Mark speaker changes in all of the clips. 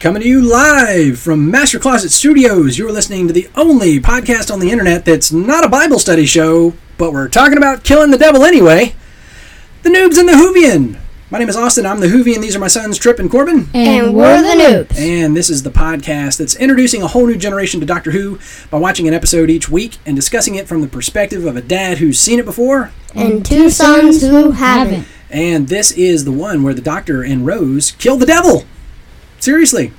Speaker 1: Coming to you live from Master Closet Studios, you're listening to the only podcast on the internet that's not a Bible study show, but we're talking about killing the devil anyway. The Noobs and the Hoovian. My name is Austin. I'm the Hoovian. These are my sons, Trip and Corbin.
Speaker 2: And we're the noobs.
Speaker 1: And this is the podcast that's introducing a whole new generation to Doctor Who by watching an episode each week and discussing it from the perspective of a dad who's seen it before.
Speaker 2: And two sons who haven't.
Speaker 1: And this is the one where the Doctor and Rose kill the devil. Seriously.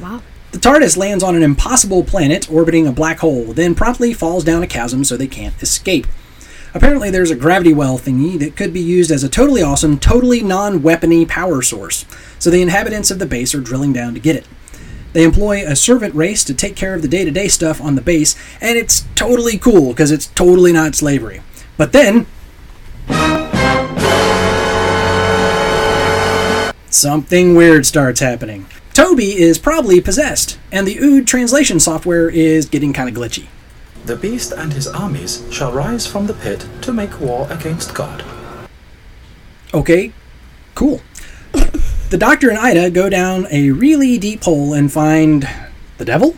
Speaker 2: Wow.
Speaker 1: The TARDIS lands on an impossible planet orbiting a black hole, then promptly falls down a chasm so they can't escape. Apparently, there's a gravity well thingy that could be used as a totally awesome, totally non weapony power source, so the inhabitants of the base are drilling down to get it. They employ a servant race to take care of the day to day stuff on the base, and it's totally cool because it's totally not slavery. But then. Something weird starts happening. Toby is probably possessed, and the Ood translation software is getting kind of glitchy.
Speaker 3: The beast and his armies shall rise from the pit to make war against God.
Speaker 1: Okay, cool. the doctor and Ida go down a really deep hole and find the devil?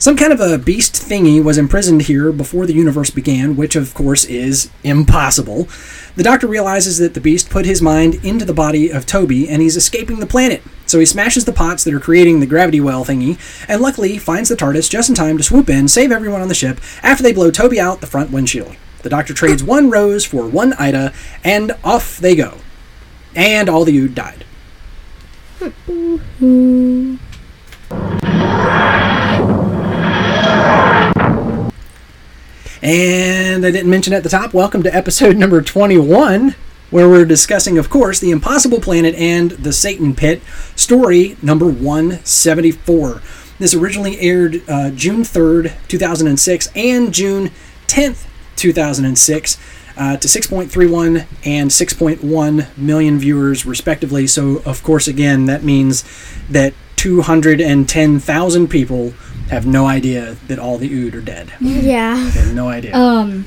Speaker 1: Some kind of a beast thingy was imprisoned here before the universe began, which of course is impossible. The doctor realizes that the beast put his mind into the body of Toby and he's escaping the planet. So he smashes the pots that are creating the gravity well thingy and luckily finds the TARDIS just in time to swoop in, save everyone on the ship after they blow Toby out the front windshield. The doctor trades one rose for one Ida and off they go. And all the Ood died. And I didn't mention at the top, welcome to episode number 21, where we're discussing, of course, The Impossible Planet and The Satan Pit, story number 174. This originally aired uh, June 3rd, 2006, and June 10th, 2006. Uh, to 6.31 and 6.1 million viewers, respectively. So, of course, again, that means that 210,000 people have no idea that all the Ood are dead.
Speaker 2: Yeah.
Speaker 1: They have no idea.
Speaker 4: Um,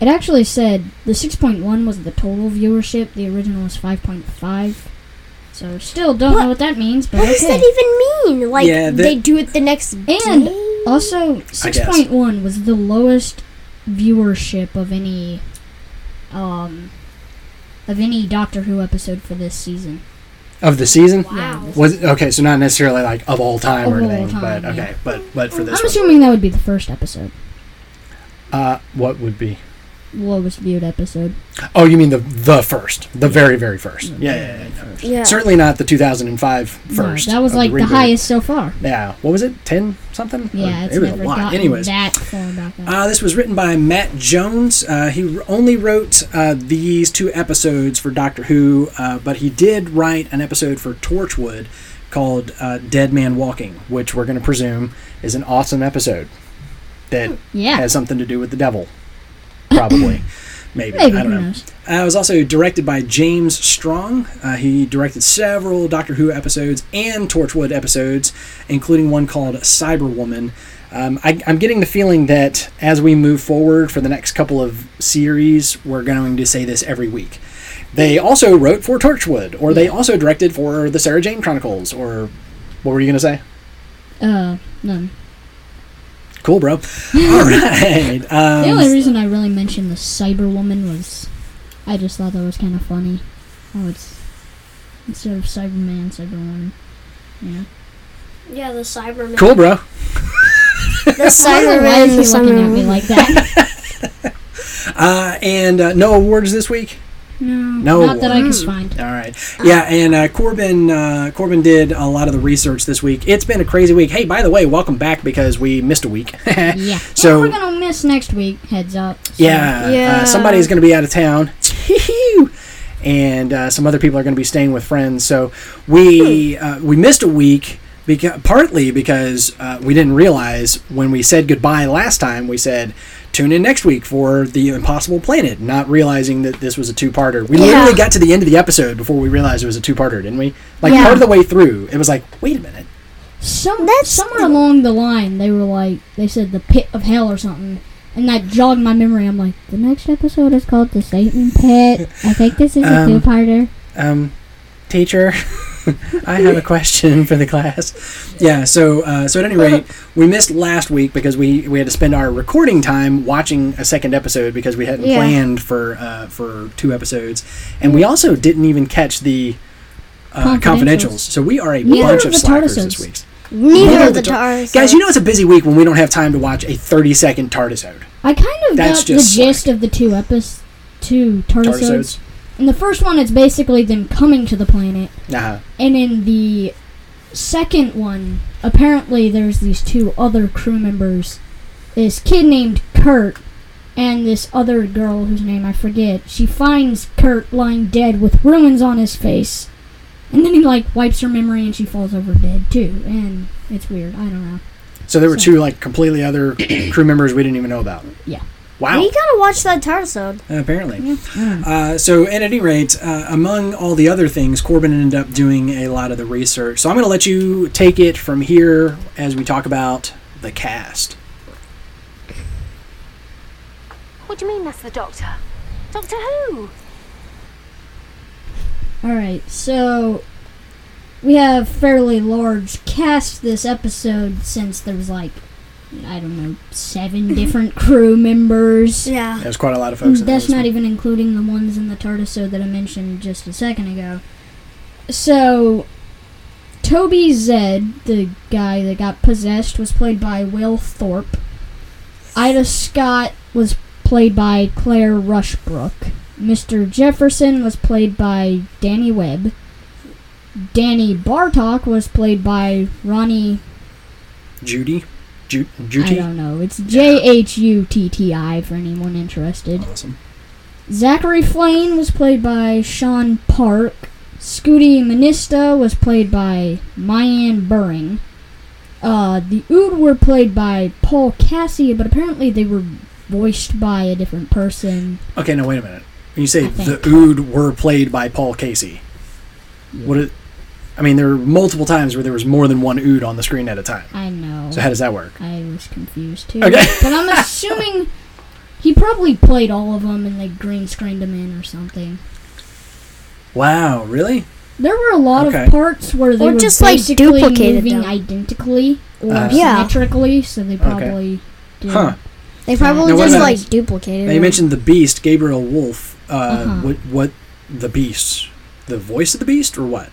Speaker 4: it actually said the 6.1 was the total viewership. The original was 5.5. So still don't
Speaker 2: What?
Speaker 4: know what that means, but
Speaker 2: What does
Speaker 4: okay.
Speaker 2: that even mean? Like
Speaker 1: Yeah, that-
Speaker 2: they do it the next
Speaker 4: And
Speaker 2: day?
Speaker 4: also,
Speaker 1: I guess.
Speaker 4: 6.1 was the lowest viewership of any, um, of any Doctor Who episode for this season.
Speaker 1: of the season
Speaker 2: Wow.
Speaker 1: was okay so not necessarily like of all time or
Speaker 4: Of all
Speaker 1: anything
Speaker 4: time,
Speaker 1: but okay
Speaker 4: yeah.
Speaker 1: but but for this
Speaker 4: I'm
Speaker 1: one
Speaker 4: assuming that would be the first episode,
Speaker 1: uh what would be
Speaker 4: lowest viewed episode.
Speaker 1: oh you mean the the first the very very first yeah, yeah, yeah, yeah.
Speaker 2: Yeah.
Speaker 1: certainly not the 2005 first
Speaker 4: No, that was
Speaker 1: of
Speaker 4: like the,
Speaker 1: reboot.
Speaker 4: highest so far.
Speaker 1: yeah what was it 10 something
Speaker 4: Yeah,
Speaker 1: Or-
Speaker 4: it's
Speaker 1: it was
Speaker 4: never
Speaker 1: a lot
Speaker 4: gotten
Speaker 1: anyways
Speaker 4: that far back up.
Speaker 1: Uh, this was written by Matt Jones. Uh, he r- only wrote uh, these two episodes for Doctor Who, uh, but he did write an episode for Torchwood called uh, Dead Man Walking, which we're going to presume is an awesome episode that
Speaker 4: Yeah.
Speaker 1: has something to do with the devil. Probably. Maybe.
Speaker 4: Maybe
Speaker 1: I don't
Speaker 4: who
Speaker 1: know.
Speaker 4: knows?
Speaker 1: Uh, it was also directed by James Strong. Uh, he directed several Doctor Who episodes and Torchwood episodes, including one called Cyberwoman. Um, I, I'm getting the feeling that as we move forward for the next couple of series, we're going to say this every week. They also wrote for Torchwood, or they also directed for the Sarah Jane Chronicles, or what were you going to say?
Speaker 4: Uh, none.
Speaker 1: Cool, bro. All right. Um,
Speaker 4: The only reason I really mentioned the Cyberwoman was I just thought that was kind of funny. Oh, it's instead of Cyberman, Cyberwoman. Yeah.
Speaker 2: Yeah, the Cyberman.
Speaker 1: cool, bro.
Speaker 2: The
Speaker 4: Why
Speaker 2: Cyberman.
Speaker 4: is he looking at me like that?
Speaker 1: Uh, and uh, no awards this week. No
Speaker 4: no, not that I could find.
Speaker 1: All right. Yeah, and uh, Corbin uh, Corbin did a lot of the research this week. It's been a crazy week. Hey, by the way, welcome back because we missed a week.
Speaker 4: Yeah.
Speaker 1: So-
Speaker 4: So we're gonna miss next week. Heads up. So-
Speaker 1: yeah, Uh,
Speaker 2: Yeah.
Speaker 1: somebody's going to be out of town, and uh, some other people are going to be staying with friends. So we
Speaker 2: Hmm.
Speaker 1: uh, we missed a week. Because, partly because uh, we didn't realize when we said goodbye last time, we said tune in next week for the Impossible Planet, not realizing that this was a two-parter. We
Speaker 2: Yeah.
Speaker 1: literally got to the end of the episode before we realized it was a two-parter, didn't we? Like
Speaker 4: Yeah.
Speaker 1: part of the way through, it was like, wait a minute,
Speaker 4: Some
Speaker 2: That's-
Speaker 4: somewhere along the line, they were like they said the pit of hell or something. And that jogged my memory. I'm like, the next episode is called the Satan Pit. I think this is a
Speaker 1: Um,
Speaker 4: two-parter.
Speaker 1: um, teacher, I have a question for the class. Yeah, so uh, so at any rate, we missed last week because we, we had to spend our recording time watching a second episode because we hadn't
Speaker 4: Yeah.
Speaker 1: planned for uh, for two episodes, and we also didn't even catch the uh,
Speaker 4: Confidentials.
Speaker 1: confidentials. So we are a
Speaker 4: Neither
Speaker 1: bunch
Speaker 4: of
Speaker 1: of
Speaker 4: the
Speaker 1: slackers
Speaker 4: Tardises.
Speaker 1: this week.
Speaker 2: Neither
Speaker 1: Neither
Speaker 2: of the
Speaker 1: the tar-
Speaker 2: Tars.
Speaker 1: Guys, you know it's a busy week when we don't have time to watch a 30 second Tardisode.
Speaker 4: I kind of
Speaker 1: That's
Speaker 4: got the
Speaker 1: just slack.
Speaker 4: gist of the two episodes, two Tardisodes.
Speaker 1: Tardisodes?
Speaker 4: In the first one, it's basically them coming to the planet,
Speaker 1: Uh-huh.
Speaker 4: and in the second one, apparently there's these two other crew members, this kid named Kurt, and this other girl whose name I forget. She finds Kurt lying dead with ruins on his face, and then he like wipes her memory, and she falls over dead too. And it's weird. I don't know.
Speaker 1: So there were two like completely other crew members we didn't even know about.
Speaker 4: Yeah.
Speaker 1: Wow.
Speaker 2: We gotta watch that Tarsode.
Speaker 1: Apparently. Uh, so, at any rate, uh, among all the other things, Corbin ended up doing a lot of the research. So, I'm going to let you take it from here as we talk about the cast.
Speaker 5: What do you mean that's the Doctor? Doctor who?
Speaker 4: All right, so we have fairly large cast this episode since there's like I don't know seven different crew members.
Speaker 2: Yeah.
Speaker 1: There's quite a lot of folks. in
Speaker 4: Mm, That's
Speaker 1: this
Speaker 4: not
Speaker 1: one.
Speaker 4: even including the ones in the Tardisode that I mentioned just a second ago. So, Toby Zed, the guy that got possessed, was played by Will Thorpe. Ida Scott was played by Claire Rushbrook. Mr. Jefferson was played by Danny Webb. Danny Bartok was played by Ronnie.
Speaker 1: Judy. Ju-
Speaker 4: I
Speaker 1: Judy.
Speaker 4: don't know. It's J H U T T I for anyone interested.
Speaker 1: Awesome.
Speaker 4: Zachary Flane was played by Sean Park. Scooty Manista was played by Mayan Burring. Uh, the Ood were played by Paul Cassie, but apparently they were voiced by a different person.
Speaker 1: Okay, now wait a minute. When you say
Speaker 4: I
Speaker 1: the
Speaker 4: think.
Speaker 1: Ood were played by Paul Casey, what? It, I mean, there were multiple times where there was more than one Ood on the screen at a time.
Speaker 4: I know.
Speaker 1: So how does that work?
Speaker 4: I was confused too.
Speaker 1: Okay.
Speaker 4: But I'm assuming he probably played all of them and they green screened them in or something.
Speaker 1: Wow, really?
Speaker 4: There were a lot
Speaker 1: Okay.
Speaker 4: of parts where they
Speaker 2: Or
Speaker 4: were
Speaker 2: just, like,
Speaker 4: basically
Speaker 2: duplicated
Speaker 4: moving
Speaker 2: them.
Speaker 4: identically or
Speaker 1: Uh,
Speaker 2: Yeah.
Speaker 4: symmetrically, so they probably did.
Speaker 1: Huh.
Speaker 2: They
Speaker 4: probably
Speaker 2: probably
Speaker 1: Now, what
Speaker 2: just
Speaker 1: about-
Speaker 2: like duplicated.
Speaker 1: Now you
Speaker 2: them.
Speaker 1: mentioned the Beast, Gabriel Wolf. Uh,
Speaker 4: Uh-huh.
Speaker 1: What? What? The Beast? The voice of the Beast, or what?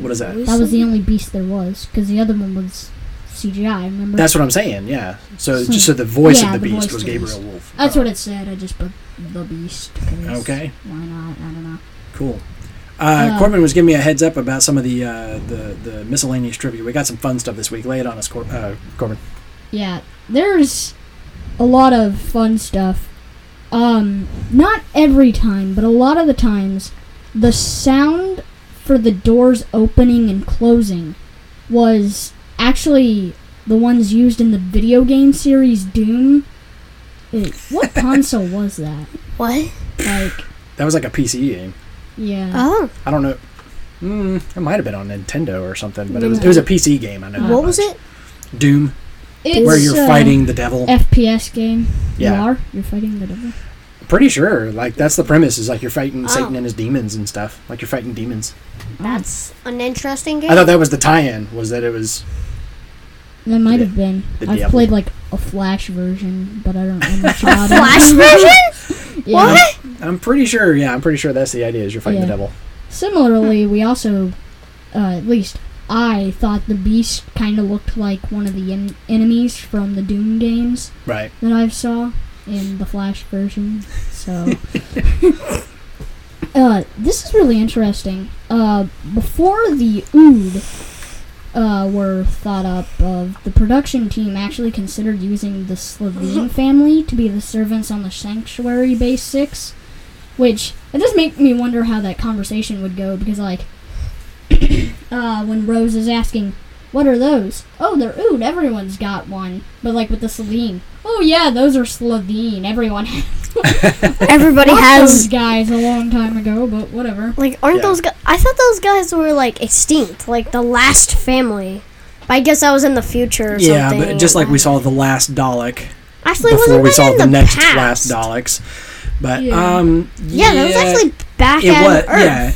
Speaker 1: What is that?
Speaker 4: That was the only beast there was, because the other one was CGI. Remember?
Speaker 1: That's what I'm saying. Yeah. So
Speaker 4: So-
Speaker 1: just so the voice
Speaker 4: yeah,
Speaker 1: of the,
Speaker 4: the voice
Speaker 1: Beast
Speaker 4: of
Speaker 1: was
Speaker 4: the
Speaker 1: Gabriel
Speaker 4: Beast.
Speaker 1: Wolf.
Speaker 4: That's
Speaker 1: Oh,
Speaker 4: what it said. I just put the beast. 'cause
Speaker 1: Okay.
Speaker 4: Why not? I don't know.
Speaker 1: Cool. Uh,
Speaker 4: Yeah.
Speaker 1: Corbin was giving me a heads up about some of the uh, the the miscellaneous trivia. We got some fun stuff this week. Lay it on us, Cor- uh, Corbin.
Speaker 4: Yeah, there's a lot of fun stuff. Um, not every time, but a lot of the times, the sound for the doors opening and closing was actually the ones used in the video game series Doom. It, what console was that?
Speaker 2: what?
Speaker 4: Like,
Speaker 1: That was like a PC game.
Speaker 4: yeah.
Speaker 2: Oh,
Speaker 1: I don't know. Mm, it might have been on Nintendo or something, but it was it was a PC game. I know. that
Speaker 2: what was
Speaker 1: much.
Speaker 2: it?
Speaker 1: Doom,
Speaker 4: It's,
Speaker 1: where you're
Speaker 4: uh,
Speaker 1: fighting the devil.
Speaker 4: FPS game.
Speaker 1: Yeah.
Speaker 4: You are? You're fighting the devil?
Speaker 1: Pretty sure. Like that's the premise is like you're fighting
Speaker 2: Oh.
Speaker 1: Satan and his demons and stuff. Like you're fighting demons.
Speaker 2: That's an interesting game.
Speaker 1: I thought that was the tie-in. Was that it was
Speaker 4: That might have been.
Speaker 1: The
Speaker 4: I've
Speaker 1: Diablo.
Speaker 4: played like a Flash version, but I don't know much about it.
Speaker 2: Flash version?
Speaker 4: Yeah.
Speaker 2: What?
Speaker 1: I'm pretty sure. Yeah, I'm pretty sure that's the idea. Is you're fighting the
Speaker 4: Yeah.
Speaker 1: devil.
Speaker 4: Similarly, we also, uh, at least I thought the Beast kind of looked like one of the en- enemies from the Doom games
Speaker 1: Right.
Speaker 4: that I saw in the Flash version. So, uh, this is really interesting. Uh, before the Ood uh, were thought up, of the production team actually considered using the Slovene family to be the servants on the Sanctuary Base Six, which it does make me wonder how that conversation would go because, like, uh, when Rose is asking. What are those? Oh, they're ood. Everyone's got one. But like with the Slovene. Oh yeah, those are Slovene. Everyone
Speaker 2: Everybody
Speaker 4: bought those
Speaker 2: has.
Speaker 4: guys a long time ago, but whatever.
Speaker 2: Like, aren't
Speaker 1: Yeah.
Speaker 2: those guys? I thought those guys were like extinct, like the last family. But I guess that was in the future. Or
Speaker 1: Yeah,
Speaker 2: something.
Speaker 1: but just like we saw the last Dalek
Speaker 2: actually,
Speaker 1: before
Speaker 2: wasn't
Speaker 1: we
Speaker 2: that
Speaker 1: saw
Speaker 2: in
Speaker 1: the, next
Speaker 2: past?
Speaker 1: last Daleks. But
Speaker 4: Yeah.
Speaker 1: um,
Speaker 2: Yeah, that was actually back
Speaker 1: it
Speaker 2: at
Speaker 1: was
Speaker 2: Earth.
Speaker 1: yeah.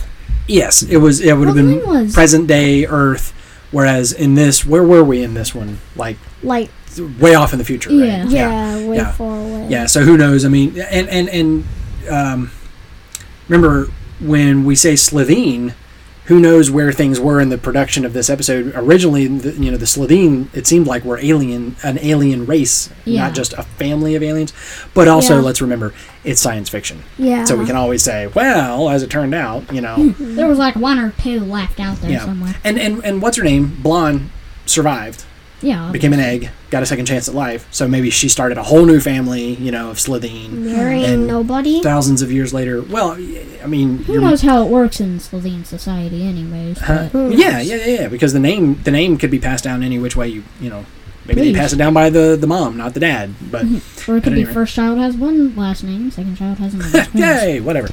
Speaker 1: Yes, it was. It would have
Speaker 4: Well,
Speaker 1: been
Speaker 4: mine was-
Speaker 1: present day Earth, whereas in this, where were we in this one? Like
Speaker 2: Like
Speaker 1: way off in the future. right?
Speaker 4: Yeah.
Speaker 2: yeah, way
Speaker 1: yeah.
Speaker 2: far away.
Speaker 1: yeah so who knows i mean and and and um, remember when we say slovene who knows where things were in the production of this episode originally the, you know the slovene it seemed like were alien an alien race
Speaker 4: Yeah.
Speaker 1: not just a family of aliens but also
Speaker 2: Yeah.
Speaker 1: let's remember it's science fiction
Speaker 2: Yeah.
Speaker 1: so
Speaker 4: Uh-huh.
Speaker 1: we can always say well as it turned out you know
Speaker 4: There was like one or two left out there
Speaker 1: yeah
Speaker 4: Hmm. somewhere.
Speaker 1: and and and what's her name blonde survived
Speaker 4: Yeah.
Speaker 1: became an egg got a second chance at life so maybe she started a whole new family you know of slovene
Speaker 2: marrying
Speaker 1: And
Speaker 2: nobody.
Speaker 1: thousands of years later. Well, I mean,
Speaker 4: Who
Speaker 1: you're-
Speaker 4: knows how it works in Slovene society, anyways?
Speaker 1: Huh?
Speaker 4: but-
Speaker 1: Yeah, yeah, yeah, yeah. Because the name the name could be passed down any which way you you know. Maybe
Speaker 4: Please.
Speaker 1: they pass it down by the the mom, not the dad. But
Speaker 4: Or it
Speaker 1: At
Speaker 4: could
Speaker 1: any
Speaker 4: be
Speaker 1: rate.
Speaker 4: first child has one last name, second child has another. Who knows?
Speaker 1: yay, whatever.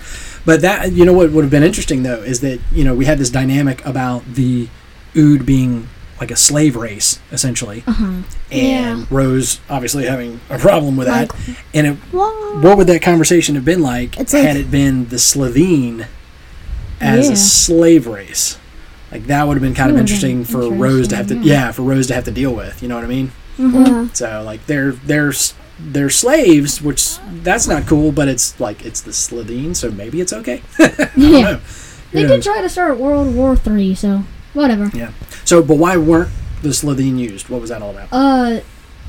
Speaker 1: But that you know what would have been interesting though is that you know we had this dynamic about the Ood being like a slave race essentially,
Speaker 4: Uh-huh.
Speaker 1: and
Speaker 2: Yeah.
Speaker 1: Rose obviously having a problem with that. and it,
Speaker 2: What?
Speaker 1: what would that conversation have been like
Speaker 2: It's
Speaker 1: had it
Speaker 2: like-
Speaker 1: been the Slovene as
Speaker 4: Yeah.
Speaker 1: a slave race? Like that would have been kind of
Speaker 4: That would've been
Speaker 1: interesting for Rose to have to
Speaker 4: interesting, yeah.
Speaker 1: yeah for Rose to have to deal with. You know what I mean?
Speaker 2: Yeah.
Speaker 1: So like they're they're s- they're slaves, which that's not cool, but it's like it's the Slovene, so maybe it's okay.
Speaker 4: Yeah. They
Speaker 1: Who
Speaker 4: did
Speaker 1: knows?
Speaker 4: try to start World War Three, so whatever.
Speaker 1: So, but why weren't the Slovene used? What was that all about?
Speaker 4: Uh,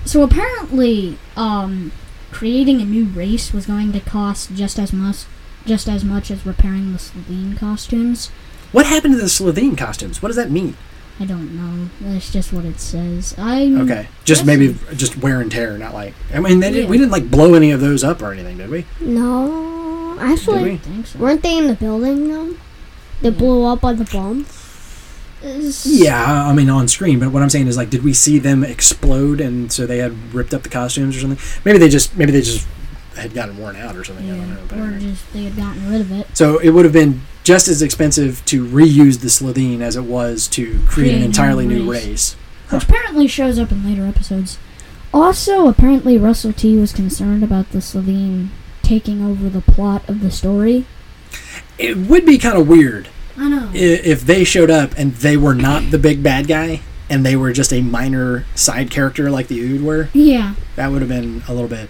Speaker 4: so apparently, um, creating a new race was going to cost just as much, just as much as repairing the Slovene costumes.
Speaker 1: What happened to the Slovene costumes? What does that mean?
Speaker 4: I don't know. That's just what it says. I
Speaker 1: Okay, just
Speaker 4: Mm. That's-
Speaker 1: maybe just wear and tear, not like I mean they did,
Speaker 4: Yeah.
Speaker 1: we didn't like blow any of those up or anything, did we?
Speaker 2: No,
Speaker 1: Did
Speaker 2: actually,
Speaker 1: we?
Speaker 4: think so.
Speaker 2: weren't they in the building though? They blew up by the bombs.
Speaker 4: Is-
Speaker 1: Yeah, I mean on screen, but what I'm saying is like, did we see them explode and so they had ripped up the costumes or something? Maybe they just maybe they just had gotten worn out or something. I don't
Speaker 4: Yeah,
Speaker 1: know. But
Speaker 4: or
Speaker 1: anyway.
Speaker 4: just they had gotten rid of it.
Speaker 1: So it would have been just as expensive to reuse the Slovene as it was to create
Speaker 4: Create a
Speaker 1: an
Speaker 4: new
Speaker 1: entirely new
Speaker 4: race.
Speaker 1: race.
Speaker 4: which apparently shows up in later episodes. Also, apparently Russell T was concerned about the Slovene taking over the plot of the story.
Speaker 1: It would be kind of weird
Speaker 4: I know.
Speaker 1: i- if they showed up and they were not the big bad guy and they were just a minor side character like the Ood were.
Speaker 4: yeah,
Speaker 1: That would have been a little bit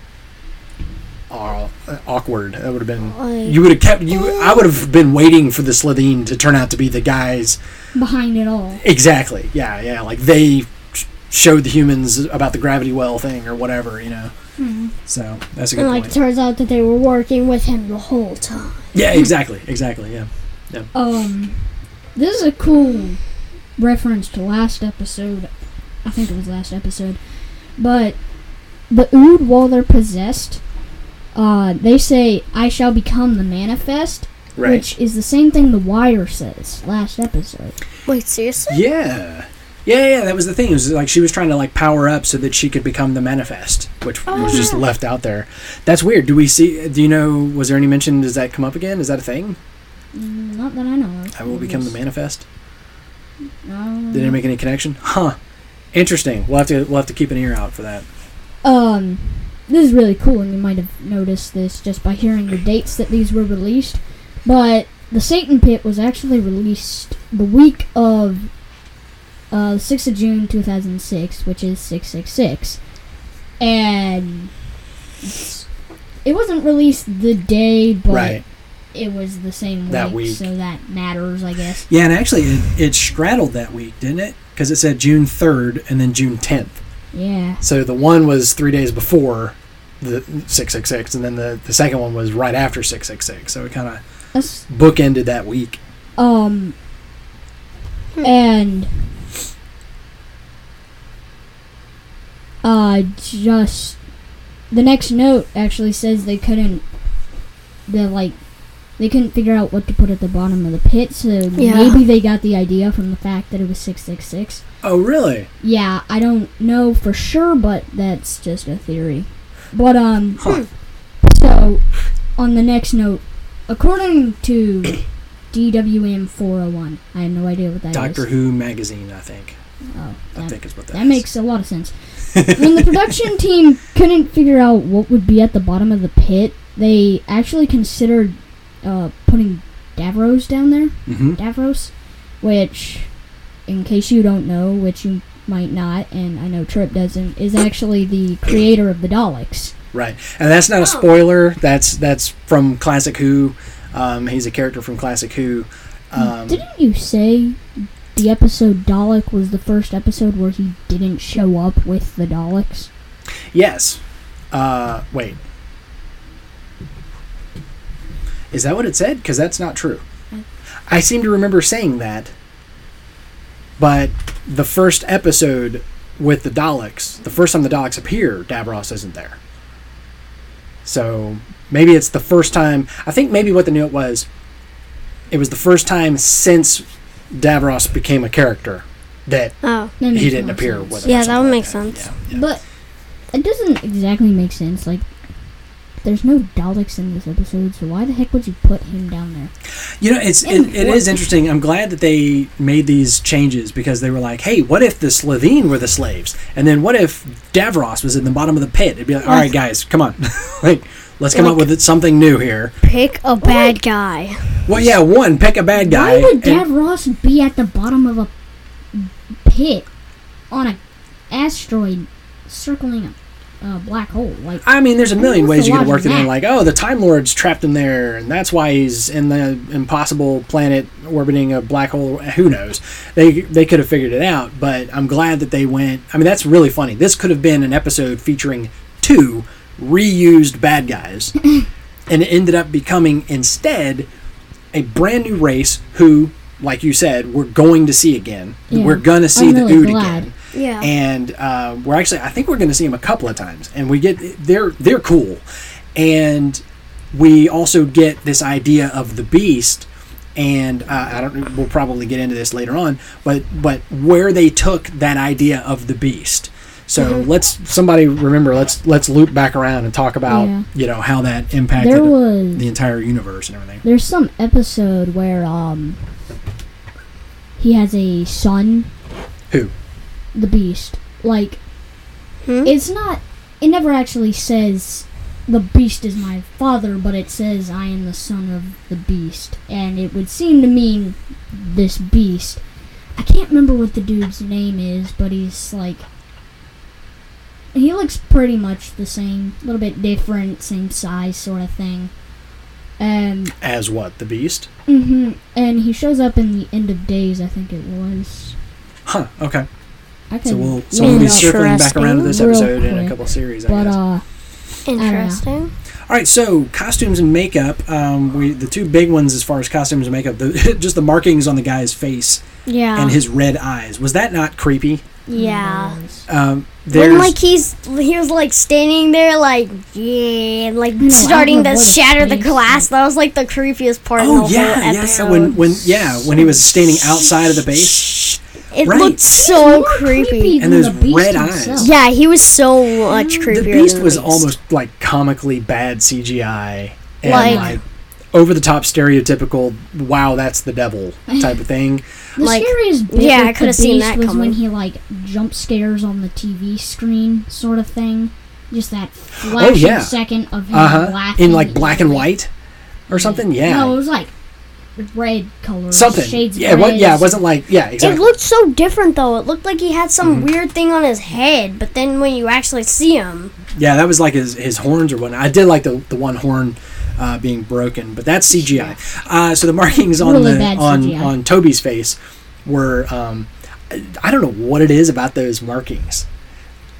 Speaker 1: aw- awkward. That would have been.
Speaker 2: Like,
Speaker 1: You would have kept you. I would have been waiting for the Slovene to turn out to be the guys.
Speaker 4: behind it all.
Speaker 1: Exactly. Yeah. Yeah. Like they sh- showed the humans about the gravity well thing or whatever. You know.
Speaker 4: Hmm.
Speaker 1: So that's a good
Speaker 2: and like,
Speaker 1: point.
Speaker 2: turns out that they were working with him the whole time.
Speaker 1: Yeah, exactly, exactly. Yeah,
Speaker 4: Um, this is a cool reference to last episode. I think it was last episode, but the Ood, while they're possessed, uh, they say, "I shall become the manifest," which is the same thing the Wire says last episode.
Speaker 2: Wait, seriously?
Speaker 1: Yeah, yeah, yeah. That was the thing. It was like she was trying to like power up so that she could become the manifest, which
Speaker 2: Oh,
Speaker 1: was just left out there. That's weird. Do we see? Do you know? Was there any mention? Does that come up again? Is that a thing?
Speaker 4: Mm, Not that I know of.
Speaker 1: I will become
Speaker 2: Mm-hmm.
Speaker 1: the manifest.
Speaker 4: No.
Speaker 1: Did it make any connection? Huh. Interesting. We'll have to we'll have to keep an ear out for that.
Speaker 4: Um, this is really cool, and you might have noticed this just by hearing the dates that these were released. But the Satan Pit was actually released the week of uh, 6th of June 2006, which is 666. And it's- it wasn't released the day, but
Speaker 1: Right.
Speaker 4: it was the same
Speaker 1: That week.
Speaker 4: so that matters, I guess.
Speaker 1: Yeah, and actually, it, it straddled that week, didn't it? Because it said June third and then June tenth.
Speaker 4: Yeah.
Speaker 1: So the one was three days before the six six six, and then the the second one was right after six six six. So it kind of
Speaker 4: That's
Speaker 1: bookended that week.
Speaker 4: Um, and uh, just the next note actually says they couldn't. They like they couldn't figure out what to put at the bottom of the pit, so
Speaker 2: Yeah.
Speaker 4: maybe they got the idea from the fact that it was six six six.
Speaker 1: Oh, really?
Speaker 4: Yeah, I don't know for sure, but that's just a theory. But um,
Speaker 1: Huh.
Speaker 4: so on the next note, according to DWM four hundred one, I have no idea what that is.
Speaker 1: Doctor Who magazine, I think.
Speaker 4: Oh,
Speaker 1: I
Speaker 4: that,
Speaker 1: think is what that
Speaker 4: that makes a lot of sense. when the production team couldn't figure out what would be at the bottom of the pit, they actually considered uh, putting Davros down there.
Speaker 1: hmm
Speaker 4: Davros, which, in case you don't know, which you might not, and I know Trip doesn't, is actually the creator of the Daleks.
Speaker 1: Right, and that's
Speaker 4: Oh.
Speaker 1: not a spoiler. That's that's from Classic Who. Um, he's a character from Classic Who. Um,
Speaker 4: Didn't you say the episode Dalek was the first episode where he didn't show up with the Daleks?
Speaker 1: Yes. Uh, wait. Is that what it said? Because that's not true.
Speaker 2: Mm.
Speaker 1: I seem to remember saying that. But the first episode with the Daleks, the first time the Daleks appear, Davros isn't there. So maybe it's the first time. I think maybe what the new it was. It was the first time since Davros became a character that
Speaker 2: Oh,
Speaker 4: That makes
Speaker 1: he didn't
Speaker 4: more
Speaker 1: appear
Speaker 4: sense.
Speaker 1: with. him or
Speaker 2: yeah, that
Speaker 1: something
Speaker 2: would
Speaker 1: like
Speaker 2: make sense.
Speaker 1: Yeah.
Speaker 4: But it doesn't exactly make sense. Like, there's no Daleks in this episode, so why the heck would you put him down there?
Speaker 1: You know, it's it, it is interesting. I'm glad that they made these changes because they were like, "Hey, what if the Slovene were the slaves?" And then what if Davros was in the bottom of the pit? It'd be like, "All right, guys, come on, like, let's come up with something new here."
Speaker 2: Pick a bad guy.
Speaker 1: Well, yeah, one pick a bad guy.
Speaker 4: Why would
Speaker 1: and-
Speaker 4: Davros be at the bottom of a pit on a asteroid circling a uh, black hole? Like,
Speaker 1: I mean, there's a million
Speaker 4: what's
Speaker 1: ways
Speaker 4: the
Speaker 1: you could work
Speaker 4: logic
Speaker 1: it
Speaker 4: in
Speaker 1: in.
Speaker 4: that?
Speaker 1: Like, oh, the Time Lord's trapped in there, and that's why he's in the impossible planet orbiting a black hole. Who knows? They they could have figured it out, but I'm glad that they went. I mean, that's really funny. This could have been an episode featuring two reused bad guys, and it ended up becoming instead a brand new race who, like you said, we're going to see again.
Speaker 4: Yeah.
Speaker 1: We're gonna see
Speaker 4: I'm
Speaker 1: the
Speaker 4: really
Speaker 1: dude
Speaker 4: glad.
Speaker 1: again
Speaker 2: Yeah.
Speaker 1: and uh, we're actually I think we're going to see him a couple of times, and we get they're they're cool, and we also get this idea of the beast, and uh, I don't we'll probably get into this later on, but but where they took that idea of the beast. So
Speaker 4: Mm-hmm.
Speaker 1: let's somebody remember let's let's loop back around and talk about
Speaker 4: Yeah.
Speaker 1: you know how that impacted
Speaker 4: There was-
Speaker 1: the entire universe and everything.
Speaker 4: there's some episode where um he has a son,
Speaker 1: Who?
Speaker 4: the Beast. Like,
Speaker 2: Hmm?
Speaker 4: it's not. It never actually says the Beast is my father, but it says I am the son of the Beast, and it would seem to mean this Beast. I can't remember what the dude's name is, but he's like. He looks pretty much the same, a little bit different, same size, sort of thing. Um,
Speaker 1: As what the beast?
Speaker 4: hmm and he shows up in the end of days, I think it was.
Speaker 1: Huh. Okay.
Speaker 4: I could
Speaker 1: So we'll so
Speaker 4: look
Speaker 1: we'll be
Speaker 4: it up,
Speaker 1: circling back around to this
Speaker 4: Real
Speaker 1: episode in a
Speaker 4: quick.
Speaker 1: couple series. I
Speaker 4: but
Speaker 1: guess.
Speaker 4: uh,
Speaker 2: Interesting.
Speaker 1: All right, so costumes and makeup. Um, we the two big ones as far as costumes and makeup. The, just the markings on the guy's face
Speaker 2: Yeah.
Speaker 1: and his red eyes. Was that not creepy?
Speaker 4: oh
Speaker 2: yeah.
Speaker 1: Um, there's
Speaker 2: When like he's he was like standing there like yeah and, like
Speaker 4: No, I
Speaker 2: starting
Speaker 4: don't know
Speaker 2: to
Speaker 4: what his
Speaker 2: shatter the
Speaker 4: face
Speaker 2: glass. That was like the creepiest part in
Speaker 1: oh
Speaker 2: the
Speaker 1: yeah
Speaker 2: whole
Speaker 1: yeah
Speaker 2: episode.
Speaker 1: when when yeah when he was standing outside of the base
Speaker 2: it
Speaker 1: right.
Speaker 2: looked so
Speaker 4: more
Speaker 2: creepy.
Speaker 4: creepy
Speaker 1: and
Speaker 4: Even
Speaker 1: those
Speaker 4: the beast
Speaker 1: red
Speaker 4: himself.
Speaker 1: eyes.
Speaker 2: Yeah, he was so much creepier.
Speaker 1: The
Speaker 2: than
Speaker 1: beast was almost like comically bad CGI and like,
Speaker 2: Like-
Speaker 1: over the top stereotypical. Wow, that's the devil type of thing.
Speaker 4: the
Speaker 2: like-
Speaker 4: scariest bit
Speaker 2: yeah, I
Speaker 4: with the
Speaker 2: coulda
Speaker 4: beast
Speaker 2: seen that
Speaker 4: was when
Speaker 2: coming.
Speaker 4: he like jump scares on the TV screen, sort of thing. Just that
Speaker 1: Oh,
Speaker 4: flashing
Speaker 1: yeah.
Speaker 4: second of him
Speaker 1: Uh huh.
Speaker 4: laughing
Speaker 1: In like black and white or something. Yeah.
Speaker 4: No, it was like red color.
Speaker 1: Something.
Speaker 4: Shades. of
Speaker 1: yeah, it wa-
Speaker 4: red.
Speaker 1: yeah, it wasn't like yeah,
Speaker 2: It
Speaker 1: exactly.
Speaker 2: looked so different though. It looked like he had some
Speaker 1: Mm-hmm.
Speaker 2: weird thing on his head, but then when you actually see him,
Speaker 1: Yeah, that was like his, his horns or whatnot. I did like the, the one horn uh, being broken, but that's CGI. Uh, so the markings on
Speaker 4: Really
Speaker 1: the
Speaker 4: bad
Speaker 1: on,
Speaker 4: CGI.
Speaker 1: on Toby's face were um, I- I don't know what it is about those markings.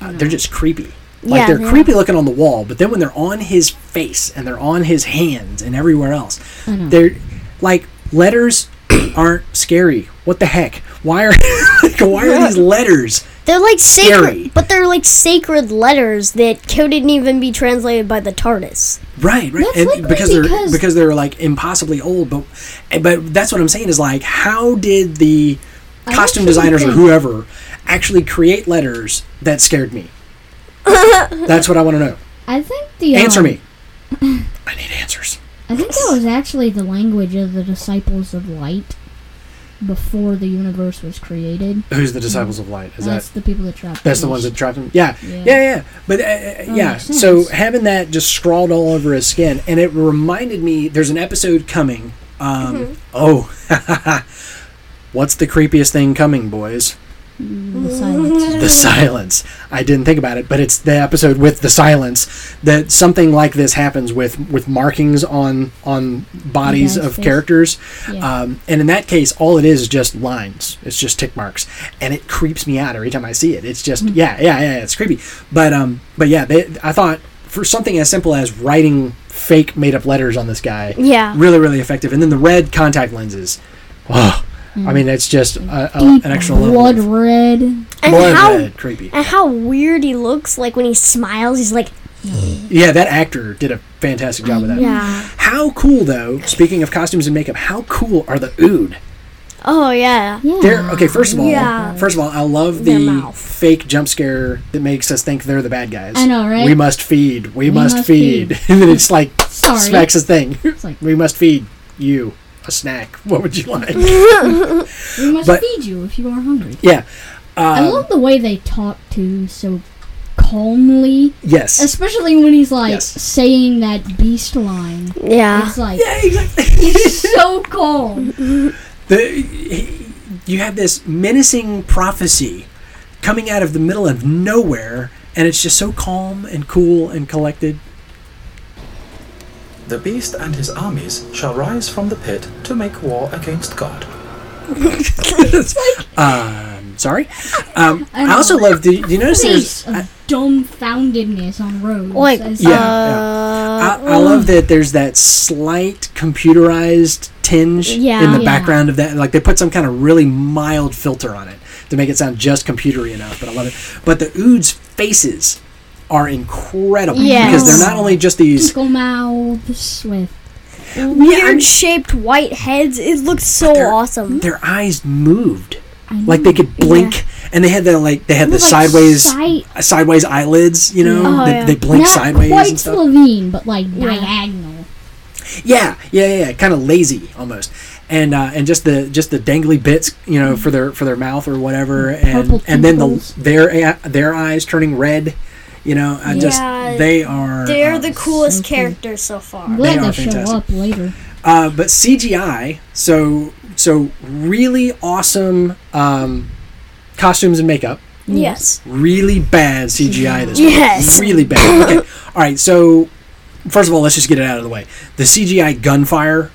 Speaker 1: Uh, they're just creepy. Like
Speaker 2: Yeah,
Speaker 1: they're
Speaker 2: they are.
Speaker 1: creepy looking on the wall, but then when they're on his face and they're on his hands and everywhere else, they're like letters aren't scary. What the heck? Why are like, why are these letters?
Speaker 2: they're like sacred,
Speaker 1: Scary.
Speaker 2: but they're like sacred letters that couldn't even be translated by the TARDIS.
Speaker 1: Right, right.
Speaker 4: That's
Speaker 1: And
Speaker 4: likely
Speaker 1: because they're because,
Speaker 4: because-
Speaker 1: they're like impossibly old, but but that's what I'm saying is like how did the costume
Speaker 4: actually
Speaker 1: designers or
Speaker 4: think-
Speaker 1: whoever actually create letters that scared me? that's what I want to know.
Speaker 4: I think the
Speaker 1: Answer
Speaker 4: um,
Speaker 1: me. I need answers.
Speaker 4: I think that was actually the language of the disciples of light before the universe was created.
Speaker 1: Who's the disciples of light? Is
Speaker 4: That's
Speaker 1: that
Speaker 4: the people that trapped.
Speaker 1: that's the
Speaker 4: beast.
Speaker 1: ones that trapped him? Yeah, yeah,
Speaker 4: Yeah.
Speaker 1: yeah. yeah. But uh, uh, yeah,
Speaker 4: makes
Speaker 1: so
Speaker 4: sense.
Speaker 1: having that just scrawled all over his skin, and it reminded me there's an episode coming Um, Oh, what's the creepiest thing coming, boys?
Speaker 4: The silence.
Speaker 1: The silence. I didn't think about it, but it's the episode with the silence that something like this happens with with markings on on bodies
Speaker 4: Yes,
Speaker 1: of
Speaker 4: yes.
Speaker 1: characters.
Speaker 4: Yeah.
Speaker 1: Um, and in that case, all it is is just lines. It's just tick marks, and it creeps me out every time I see it. It's just yeah, yeah, yeah. It's creepy. But um, but yeah, they, I thought for something as simple as writing fake made up letters on this guy,
Speaker 2: Yeah.
Speaker 1: really really effective. And then the red contact lenses. Oh, I mean, it's just a, a,
Speaker 4: Deep
Speaker 1: an extra level.
Speaker 4: blood
Speaker 1: of-
Speaker 4: red.
Speaker 2: And
Speaker 1: blood
Speaker 2: how
Speaker 1: red, creepy.
Speaker 2: and how weird he looks like when he smiles. He's like,
Speaker 1: Yeah, that actor did a fantastic job with that.
Speaker 2: yeah.
Speaker 1: How cool though. Speaking of costumes and makeup, how cool are the ood?
Speaker 2: Oh yeah.
Speaker 4: Yeah.
Speaker 1: They're okay. First of all,
Speaker 2: Yeah.
Speaker 1: first of all, I love
Speaker 2: Their
Speaker 1: the
Speaker 2: mouth.
Speaker 1: fake jump scare that makes us think they're the bad guys.
Speaker 4: I know, right?
Speaker 1: We must feed. We, must,
Speaker 4: must
Speaker 1: feed.
Speaker 4: feed.
Speaker 1: and then it's like
Speaker 4: Sorry.
Speaker 1: smacks his thing.
Speaker 4: It's like
Speaker 1: we must feed you a snack. What would you like?
Speaker 4: we must
Speaker 1: But-
Speaker 4: feed you if you are hungry.
Speaker 1: yeah.
Speaker 4: I
Speaker 1: Um,
Speaker 4: love the way they talk to so calmly,
Speaker 1: yes.
Speaker 4: especially when he's like
Speaker 1: Yes. Ah.
Speaker 4: saying that beast line.
Speaker 2: Yeah.
Speaker 4: It's like
Speaker 1: Yeah, exactly.
Speaker 4: he's so calm.
Speaker 1: the, he- you have this menacing prophecy coming out of the middle of nowhere, and it's just so calm and cool and collected.
Speaker 3: The beast and his armies shall rise from the pit to make war against God.
Speaker 1: Um, sorry. Um,
Speaker 4: I
Speaker 1: I, also
Speaker 4: know.
Speaker 1: love. Do, do you notice
Speaker 4: Face
Speaker 1: there's?
Speaker 4: of dumbfoundedness on roads.
Speaker 2: Like
Speaker 4: It's
Speaker 1: Yeah,
Speaker 2: uh,
Speaker 1: I, I love that there's that slight computerized tinge in
Speaker 2: Yeah.
Speaker 1: the
Speaker 4: Yeah.
Speaker 1: background of that. Like they put some kind of really mild filter on it to make it sound just computery enough, but I love it. But the Ood's faces are incredible
Speaker 2: Yes.
Speaker 1: because they're not only just these
Speaker 4: Tickle mouths with
Speaker 2: weird shaped white heads. It looks so
Speaker 1: they're-
Speaker 2: awesome.
Speaker 1: their eyes moved.
Speaker 4: I know.
Speaker 1: Like they could blink and they had the like they had the
Speaker 4: Like
Speaker 1: sideways
Speaker 4: side-
Speaker 1: sideways eyelids, you know?
Speaker 2: Oh,
Speaker 1: they,
Speaker 2: yeah.
Speaker 1: they blink
Speaker 4: not
Speaker 1: sideways
Speaker 4: quite
Speaker 1: and stuff.
Speaker 4: Slovene, but like diagonal.
Speaker 1: Yeah, yeah, yeah, yeah. kind of lazy almost, and uh, and just the just the dangly bits, you know, for their for their mouth or whatever, and
Speaker 4: Purple
Speaker 1: and then
Speaker 4: pupils.
Speaker 1: the their a- their eyes turning red, you know, I just
Speaker 2: Yeah.
Speaker 1: they are
Speaker 2: They're
Speaker 1: uh,
Speaker 2: the coolest
Speaker 4: so cool.
Speaker 2: characters so
Speaker 4: I'm
Speaker 2: far.
Speaker 4: glad
Speaker 1: are
Speaker 4: they,
Speaker 1: fantastic.
Speaker 4: show up later.
Speaker 1: uh, but CGI, so so really awesome um, costumes and makeup,
Speaker 2: Yes.
Speaker 1: really bad CGI this
Speaker 2: Yes.
Speaker 1: week, really bad. Okay, all right, so first of all, let's just get it out of the way. The CGI gunfire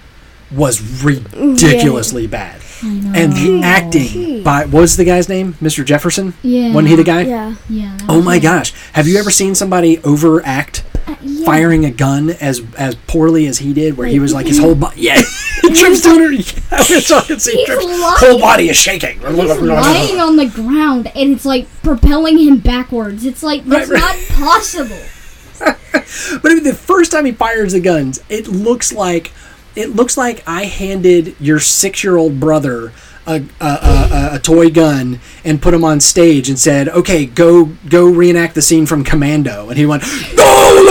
Speaker 1: was ridiculously bad.
Speaker 4: I know.
Speaker 1: and the acting by what was the guy's name? Mr. Jefferson.
Speaker 4: yeah,
Speaker 1: Wasn't he the guy?
Speaker 2: Yeah.
Speaker 4: Yeah. that
Speaker 1: Oh
Speaker 4: was
Speaker 1: my
Speaker 4: it.
Speaker 1: gosh! Have you ever seen somebody overact
Speaker 4: Uh, yeah.
Speaker 1: firing a gun as as poorly as he did, where he was like his whole body? Yeah, Trips Turner. I wish I could see
Speaker 4: He's
Speaker 1: Trips.
Speaker 4: lying.
Speaker 1: Whole body is shaking.
Speaker 4: He's lying on the ground and it's like propelling him backwards. It's like that's
Speaker 1: Right,
Speaker 4: not possible.
Speaker 1: But I mean, the first time he fires the guns, it looks like it looks like I handed your six year old brother a, a, a, a, a toy gun and put him on stage and said, "Okay, go go reenact the scene from Commando," and he went,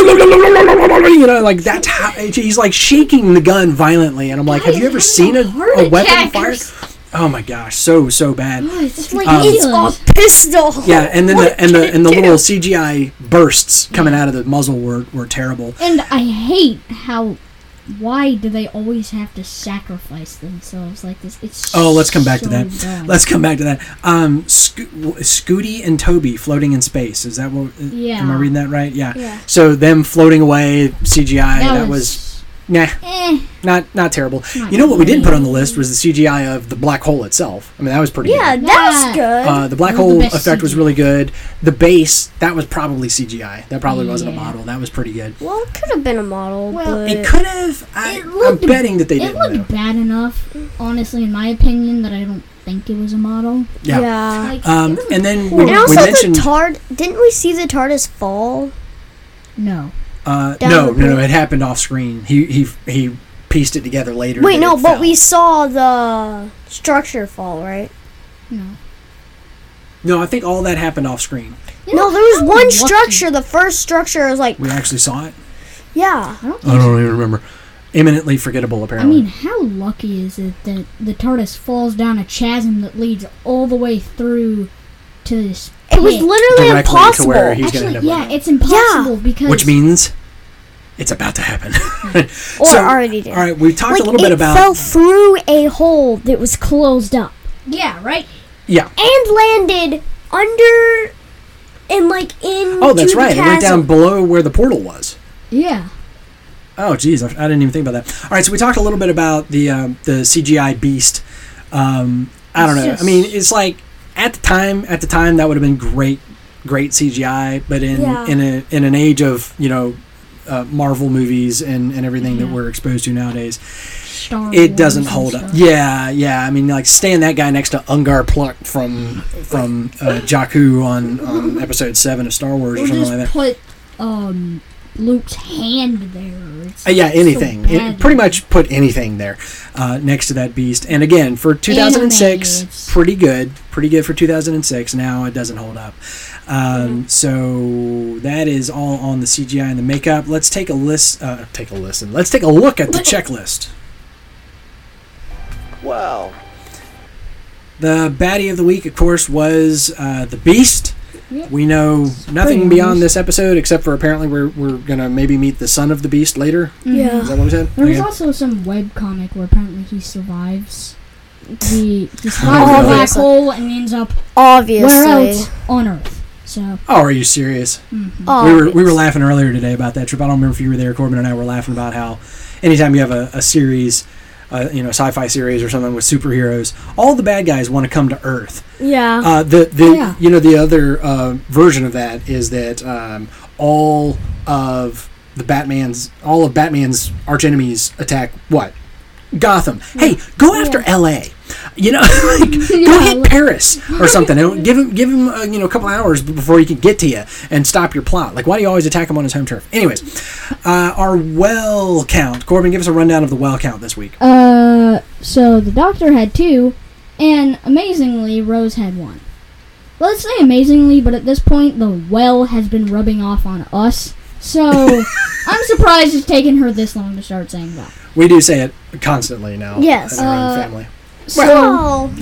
Speaker 1: "No!" You know, like that's how he's like shaking the gun violently, and I'm like, "Have you ever seen a,
Speaker 4: heart
Speaker 1: a weapon
Speaker 4: attack or
Speaker 1: fire?" Oh my gosh, so so bad.
Speaker 4: Oh, it's
Speaker 1: Um,
Speaker 4: like
Speaker 2: It's a pistol.
Speaker 1: Yeah, and then the and the and the little CGI bursts coming out of the muzzle were were terrible.
Speaker 4: And I hate how. Why do they always have to sacrifice themselves like this? It's
Speaker 1: Oh, let's come back to
Speaker 4: so
Speaker 1: that.
Speaker 4: dumb.
Speaker 1: Let's come back to that. Um, Sco- w- Scooty and Toby floating in space. Is that what? uh,
Speaker 4: Yeah.
Speaker 1: Am I reading that right? Yeah.
Speaker 2: Yeah.
Speaker 1: So them floating away CGI. That, was,
Speaker 4: that was
Speaker 1: nah,
Speaker 4: eh.
Speaker 1: not not terrible.
Speaker 4: Not
Speaker 1: you know what we didn't put
Speaker 4: great.
Speaker 1: on the list was the CGI of the black hole itself. I mean that was pretty.
Speaker 2: Yeah,
Speaker 1: Good.
Speaker 2: that was
Speaker 4: Yeah.
Speaker 2: good.
Speaker 1: Uh, the black
Speaker 4: One of the
Speaker 1: hole
Speaker 4: best
Speaker 1: effect was
Speaker 4: CGI.
Speaker 1: really good. The base that was probably CGI. That probably wasn't a
Speaker 4: Yeah.
Speaker 1: model. That was pretty good.
Speaker 2: well, it could have been a model,
Speaker 4: Well,
Speaker 2: but
Speaker 1: It could have. I-
Speaker 4: It
Speaker 1: I'm
Speaker 4: looked-
Speaker 1: betting that they
Speaker 4: It
Speaker 1: didn't.
Speaker 4: looked
Speaker 1: though.
Speaker 4: bad enough, honestly, in my opinion, that I don't think it was a model.
Speaker 2: yeah.
Speaker 4: Like,
Speaker 1: Um,
Speaker 4: it was-
Speaker 1: and then we,
Speaker 2: And also
Speaker 1: we mentioned
Speaker 2: the tard. Didn't we see the TARDIS fall?
Speaker 4: no,
Speaker 1: Uh,
Speaker 2: down
Speaker 1: no,
Speaker 2: the
Speaker 1: no, no. It
Speaker 2: bridge.
Speaker 1: happened off screen. He he he pieced it together later.
Speaker 2: Wait,
Speaker 1: that
Speaker 2: no,
Speaker 1: it
Speaker 2: but
Speaker 1: fell.
Speaker 2: we saw the structure fall, right?
Speaker 4: no.
Speaker 1: No, I think all that happened off screen.
Speaker 2: No, there was
Speaker 4: I'm
Speaker 2: one
Speaker 4: lucky.
Speaker 2: structure. The first structure was like,
Speaker 1: We actually saw it.
Speaker 2: yeah,
Speaker 4: I don't.
Speaker 1: I don't even remember. Imminently forgettable,
Speaker 4: I
Speaker 1: apparently.
Speaker 4: mean, how lucky is it that the TARDIS falls down a chasm that leads all the way through to this?
Speaker 2: it was
Speaker 4: pit?
Speaker 2: literally
Speaker 1: Directly to where
Speaker 2: impossible.
Speaker 1: he- He's gonna
Speaker 4: Actually,
Speaker 1: end up
Speaker 4: yeah,
Speaker 1: like
Speaker 4: it's impossible because
Speaker 1: Which means It's about to happen.
Speaker 2: Or
Speaker 1: So,
Speaker 2: already did.
Speaker 1: All right, we've talked
Speaker 2: like,
Speaker 1: a little bit
Speaker 2: it
Speaker 1: about
Speaker 2: fell through a hole that was closed up
Speaker 4: Yeah, right?
Speaker 1: yeah.
Speaker 2: and landed under and like in.
Speaker 1: Oh, that's
Speaker 2: to
Speaker 1: right.
Speaker 2: The
Speaker 1: It went
Speaker 2: chasm.
Speaker 1: down below where the portal was.
Speaker 4: Yeah.
Speaker 1: Oh, geez, I, I didn't even think about that. All right, so we talked a little bit about the um, the CGI beast. Um, I don't
Speaker 4: It's
Speaker 1: know.
Speaker 4: just-
Speaker 1: I mean, it's like at the time, at the time that would have been great, great CGI. But in
Speaker 2: Yeah.
Speaker 1: in a in an age of you know. Uh, Marvel movies and, and everything that
Speaker 4: Yeah.
Speaker 1: we're exposed to nowadays,
Speaker 4: Star
Speaker 1: it doesn't
Speaker 4: Wars and
Speaker 1: hold up.
Speaker 4: stuff.
Speaker 1: Yeah, yeah. I mean, like stand that guy next to Ungar Pluck from from uh, Jakku on, on episode seven of Star Wars or
Speaker 4: Or
Speaker 1: something
Speaker 4: just
Speaker 1: like that.
Speaker 4: put um, Luke's hand there. It's
Speaker 1: Uh, yeah,
Speaker 4: so
Speaker 1: anything. It,
Speaker 4: bad.
Speaker 1: pretty much put anything there uh, next to that beast. And again, for 2006,
Speaker 4: Animated.
Speaker 1: pretty good. Pretty good for 2006. Now it doesn't hold up. Um, So that is all on the CGI and the makeup. Let's take a list. Uh, take a listen. Let's take a look at the checklist.
Speaker 3: Wow.
Speaker 1: The baddie of the week, of course, was uh, the Beast.
Speaker 4: Yep.
Speaker 1: We know nothing
Speaker 4: pretty
Speaker 1: beyond
Speaker 4: nice.
Speaker 1: this episode except for apparently we're, we're going to maybe meet the son of the Beast later.
Speaker 2: Yeah.
Speaker 1: Is that what we said?
Speaker 4: There was
Speaker 1: Okay.
Speaker 4: also some web comic where apparently he survives. He, he survives
Speaker 1: Oh,
Speaker 4: the black
Speaker 2: obviously.
Speaker 4: hole and ends up
Speaker 2: Obviously.
Speaker 4: where else on Earth. So
Speaker 1: Oh, are you serious?
Speaker 2: Oh,
Speaker 1: we were we were laughing earlier today about that trip. I don't remember if you were there, Corbin and I were laughing about how anytime you have a, a series, uh, you know, sci-fi series or something with superheroes, all the bad guys want to come to Earth.
Speaker 2: Yeah.
Speaker 1: Uh, the the
Speaker 4: Oh, Yeah.
Speaker 1: you know the other uh, version of that is that um, all of the Batman's all of Batman's arch enemies attack what Gotham. Hey, go after L.A. You know, like, go hit Paris or something. And give him give him uh, you know a couple hours before he can get to you and stop your plot. Like, why do you always attack him on his home turf? Anyways, uh, our well count. Corbin, give us a rundown of the well count this week.
Speaker 4: Uh, so the doctor had two, and amazingly, Rose had one. Well, let's say amazingly, but at this point, the well has been rubbing off on us. So I'm surprised it's taken her this long to start saying well.
Speaker 1: We do say it constantly now.
Speaker 2: Yes.
Speaker 1: in our own
Speaker 4: Uh,
Speaker 1: family.
Speaker 4: So
Speaker 2: Well,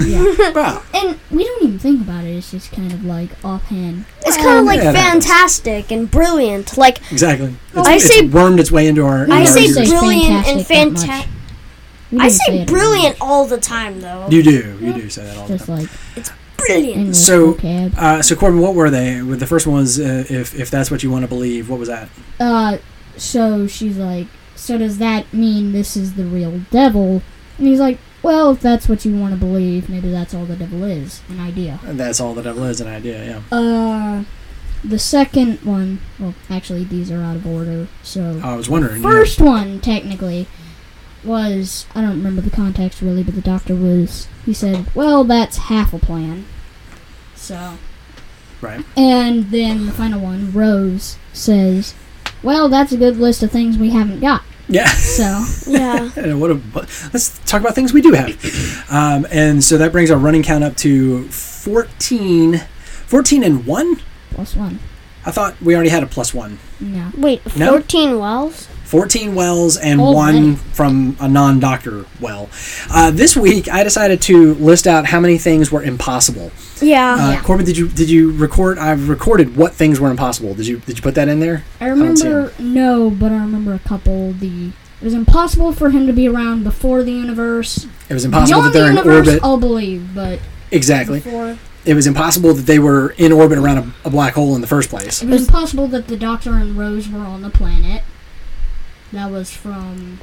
Speaker 1: Wow.
Speaker 4: and we don't even think about it. It's just kind of like offhand.
Speaker 2: it's kind of like
Speaker 1: um, Yeah, that happens.
Speaker 2: fantastic and brilliant. Like
Speaker 1: Exactly. It's,
Speaker 2: Oh, I
Speaker 1: it's
Speaker 2: say-
Speaker 1: wormed its way into our. into
Speaker 2: I
Speaker 1: our
Speaker 2: say
Speaker 1: ears.
Speaker 4: say
Speaker 2: brilliant and
Speaker 4: fantastic that
Speaker 2: fantastic.
Speaker 4: We
Speaker 2: I
Speaker 4: don't
Speaker 2: say
Speaker 4: it
Speaker 2: brilliant all the time, though.
Speaker 1: You do. You do say that all the
Speaker 4: enough. Just
Speaker 1: time.
Speaker 4: like
Speaker 2: Brilliant.
Speaker 4: English
Speaker 1: So-
Speaker 4: vocab.
Speaker 1: Uh, so Corbin, what were they? Well, The first one was uh, if if that's what you want to believe. What was that?
Speaker 4: Uh, so she's like, so does that mean this is the real devil? And he's like, well, if that's what you want to believe, maybe that's all the devil is, an idea.
Speaker 1: That's all the devil is an idea. Yeah.
Speaker 4: Uh, the second one, well, actually, these are out of order, so.
Speaker 1: I was wondering. yeah.
Speaker 4: First one, technically, was, I don't remember the context really, but the doctor was, he said, well, that's half a plan. So.
Speaker 1: Right.
Speaker 4: And then the final one, Rose, says, well, that's a good list of things we haven't got.
Speaker 1: Yeah.
Speaker 4: So.
Speaker 2: Yeah.
Speaker 1: And what a, what- let's talk about things we do have. Um, and so that brings our running count up to 14, 14 and one.
Speaker 4: Plus one.
Speaker 1: I thought we already had a plus one.
Speaker 4: No.
Speaker 2: Wait,
Speaker 1: No.
Speaker 2: 14 wells?
Speaker 1: 14 wells and
Speaker 2: Oh,
Speaker 4: Already.
Speaker 1: one from a non doctor well. Uh, this week, I decided to list out how many things were impossible.
Speaker 2: Oh, Yeah.
Speaker 1: Uh, Corbin, did you did you record? I recorded what things were impossible. Did you did you put that in there?
Speaker 4: I
Speaker 1: don't see
Speaker 4: remember no, but I remember a couple. The it was impossible for him to be around before the universe.
Speaker 1: It was impossible that
Speaker 4: Beyond the
Speaker 1: they're in
Speaker 4: universe,
Speaker 1: orbit.
Speaker 4: I'll believe, but
Speaker 1: Exactly.
Speaker 4: before
Speaker 1: It was impossible that they were in orbit around a, a black hole in the first place.
Speaker 4: it was impossible that the Doctor and Rose were on the planet. That was from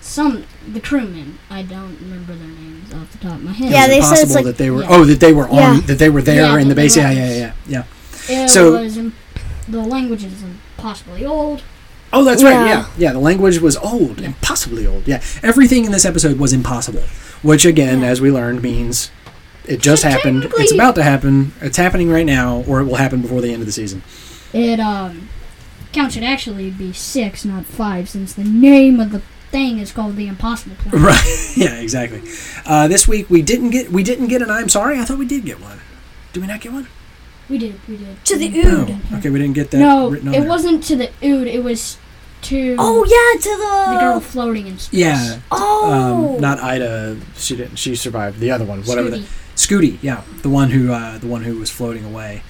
Speaker 4: some the crewmen. I don't remember their names off the top of my head.
Speaker 2: Yeah,
Speaker 1: it was
Speaker 2: they said it's
Speaker 1: impossible
Speaker 2: like-
Speaker 1: that they were.
Speaker 4: Yeah.
Speaker 1: Oh, that they were on.
Speaker 2: Yeah.
Speaker 1: That they were there
Speaker 4: Yeah,
Speaker 1: in the
Speaker 4: that they
Speaker 1: base.
Speaker 4: were
Speaker 1: Yeah,
Speaker 4: on
Speaker 1: yeah,
Speaker 4: this.
Speaker 1: yeah, yeah.
Speaker 4: it
Speaker 1: so-
Speaker 4: was im- the language is impossibly old.
Speaker 1: Oh, that's right.
Speaker 2: Yeah.
Speaker 1: Yeah, yeah. The language was old, impossibly old. Yeah, everything in this episode was impossible, which again, as we learned, means it just
Speaker 4: So
Speaker 1: happened. It's
Speaker 4: technically-
Speaker 1: about to happen. It's happening right now, or it will happen before the end of the season.
Speaker 4: It um count should actually be six, not five, since the name of the thing is called the Impossible
Speaker 1: Uh-huh.
Speaker 4: Planet.
Speaker 1: Right. Yeah. Exactly. Uh, this week we didn't get we didn't get an I'm sorry. I thought we did get one. Did we not get one?
Speaker 4: We did, we did.
Speaker 2: To the
Speaker 4: We did.
Speaker 2: Ood.
Speaker 1: No. Okay, we didn't get that.
Speaker 4: No,
Speaker 1: written on
Speaker 4: it
Speaker 1: there.
Speaker 4: wasn't to the Ood. It was to
Speaker 2: oh, yeah, to the.
Speaker 4: the girl floating in space.
Speaker 1: Yeah.
Speaker 2: Oh.
Speaker 1: Um, not Ida. She didn't. She survived. The other one, whatever.
Speaker 4: Scooty.
Speaker 1: The, Scooty. Yeah, the one who uh, the one who was floating away.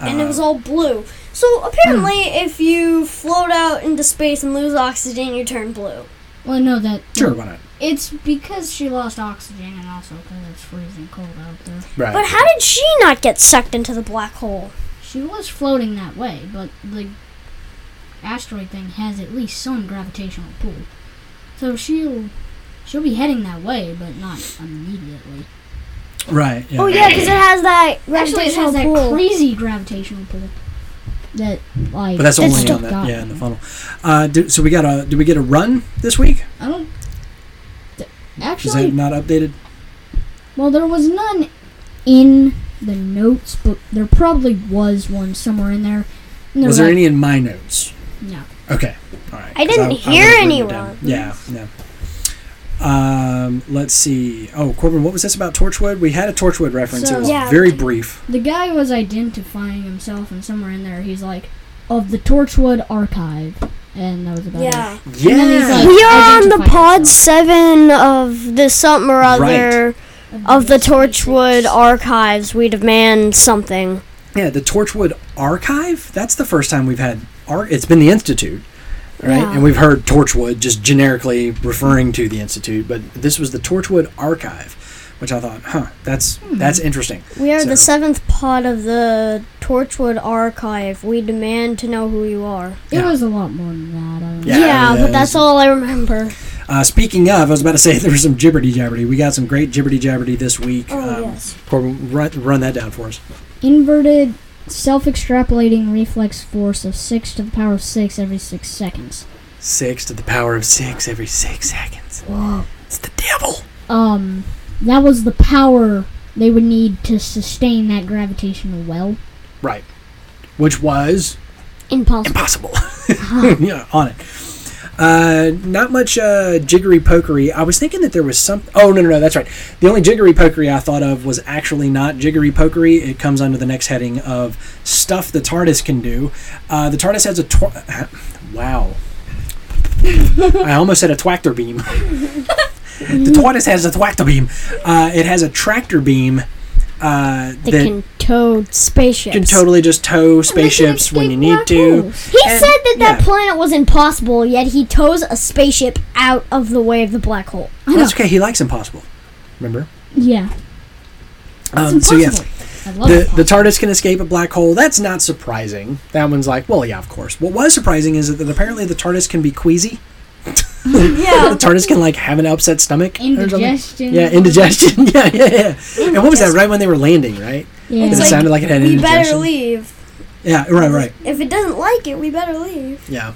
Speaker 2: and it was all blue. So apparently, if you float out into space and lose oxygen, you turn blue.
Speaker 4: Well, no, that
Speaker 1: Sure, why not?
Speaker 4: it's because she lost oxygen and also because it's freezing cold out there.
Speaker 1: Right.
Speaker 2: But how did she not get sucked into the black hole?
Speaker 4: She was floating that way, but the asteroid thing has at least some gravitational pull. So she'll she'll be heading that way, but not immediately.
Speaker 1: right. Yeah.
Speaker 2: Oh yeah, because it has that
Speaker 4: Actually, it
Speaker 2: gravitational
Speaker 4: has that
Speaker 2: pull.
Speaker 4: crazy gravitational pull. That like
Speaker 1: But that's
Speaker 4: that
Speaker 1: only
Speaker 4: stuff
Speaker 1: on
Speaker 4: got
Speaker 1: that, yeah, in the
Speaker 4: me.
Speaker 1: funnel. Uh, do, so we got a. Did we get a run this week?
Speaker 4: I don't. th-
Speaker 1: Is
Speaker 4: Actually,
Speaker 1: that not updated?
Speaker 4: well, there was none in the notes, but there probably was one somewhere in there. And
Speaker 1: Was there
Speaker 4: like-
Speaker 1: any in my notes?
Speaker 4: No.
Speaker 1: Okay. All right.
Speaker 2: I
Speaker 1: 'cause
Speaker 2: didn't hear
Speaker 1: would've written
Speaker 2: any
Speaker 1: it down.
Speaker 2: wrong.
Speaker 1: Yeah. Yeah. Um, let's see. Oh, Corbin, what was this about Torchwood? We had a Torchwood reference.
Speaker 4: So-
Speaker 1: it was
Speaker 2: Yeah.
Speaker 1: very brief.
Speaker 4: The guy was identifying himself, and somewhere in there, he's like, "Of the Torchwood Archive," and that was about
Speaker 2: Yeah.
Speaker 4: it.
Speaker 1: Yeah.
Speaker 4: then he's like-
Speaker 2: We are on the
Speaker 4: Identify
Speaker 2: pod
Speaker 4: yourself.
Speaker 2: seven of this something or other of the
Speaker 4: Yes,
Speaker 2: Torchwood
Speaker 4: yes.
Speaker 2: archives. We demand something.
Speaker 1: yeah, the Torchwood Archive. That's the first time we've had ar It's been the Institute, right?
Speaker 2: Yeah.
Speaker 1: And we've heard Torchwood just generically referring to the Institute, but this was the Torchwood Archive, which I thought, huh, that's
Speaker 2: Hmm.
Speaker 1: that's interesting.
Speaker 2: We are the
Speaker 1: So-
Speaker 2: seventh pod of the Torchwood archive. We demand to know who you are.
Speaker 4: It
Speaker 1: Yeah.
Speaker 4: was a lot more than that. Um, I don't
Speaker 1: Yeah,
Speaker 2: Yeah,
Speaker 1: I mean, that
Speaker 2: but that's
Speaker 1: is-
Speaker 2: all I remember.
Speaker 1: Uh, speaking of, I was about to say there was some gibberty jabberty. We got some great gibberty jabberty this week. Um,
Speaker 2: Oh, yes.
Speaker 1: Corbin, run, run that down for us.
Speaker 4: Inverted self-extrapolating reflex force of six to the power of six every six seconds.
Speaker 1: Six to the power of six every six seconds.
Speaker 4: Whoa.
Speaker 1: It's the devil.
Speaker 4: Um, that was the power they would need to sustain that gravitational well.
Speaker 1: Right. Which was
Speaker 2: Impossible.
Speaker 1: impossible. yeah, on it. Uh, not much uh, jiggery pokery. I was thinking that there was some. Oh no, no, no. That's right. The only jiggery pokery I thought of was actually not jiggery pokery. It comes under the next heading of stuff the TARDIS can do. Uh, the TARDIS has a. Tw- wow. I almost said a twactor beam. the TARDIS has a twactor beam. Uh, it has a tractor beam. Uh,
Speaker 2: They
Speaker 1: that
Speaker 2: can tow spaceships.
Speaker 1: can totally just tow spaceships when you need to.
Speaker 2: he
Speaker 1: and-
Speaker 2: said that that
Speaker 1: yeah.
Speaker 2: planet was impossible, yet he tows a spaceship out of the way of the black hole.
Speaker 1: Well, that's okay. He likes impossible. Remember?
Speaker 4: Yeah.
Speaker 1: Um,
Speaker 4: It's
Speaker 1: so yeah,
Speaker 4: impossible. I love
Speaker 1: the
Speaker 4: it.
Speaker 1: the TARDIS can escape a black hole. That's not surprising. That one's like, well, yeah, of course. What was surprising is that apparently the TARDIS can be queasy. the
Speaker 2: Yeah.
Speaker 1: TARDIS can like have an upset stomach. or something.
Speaker 4: Indigestion.
Speaker 1: Yeah, indigestion. yeah, yeah, yeah. And what was that? Right when they were landing, right?
Speaker 4: Yeah.
Speaker 1: It
Speaker 2: It's like-
Speaker 1: sounded like it had
Speaker 2: we
Speaker 1: indigestion.
Speaker 2: better leave.
Speaker 1: Yeah, right, right.
Speaker 2: If it doesn't like it, we better leave.
Speaker 1: Yeah.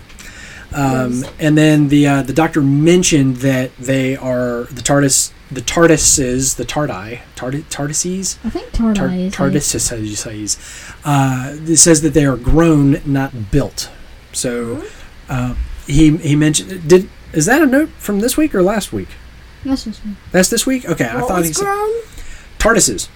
Speaker 1: Um, and then the uh, the doctor mentioned that they are the TARDIS, the TARDISes, the Tardi, Tardi TARDISes.
Speaker 4: Oh, I think Tardai
Speaker 1: Tar- TARDIS
Speaker 4: is.
Speaker 1: societies. Uh, it says that they are grown, not built. So uh, he he mentioned did is that a note from this week or last week?
Speaker 4: That's just me.
Speaker 1: That's this week. Okay, I
Speaker 2: What
Speaker 1: thought he
Speaker 2: was
Speaker 1: said
Speaker 2: grown?
Speaker 1: TARDISes.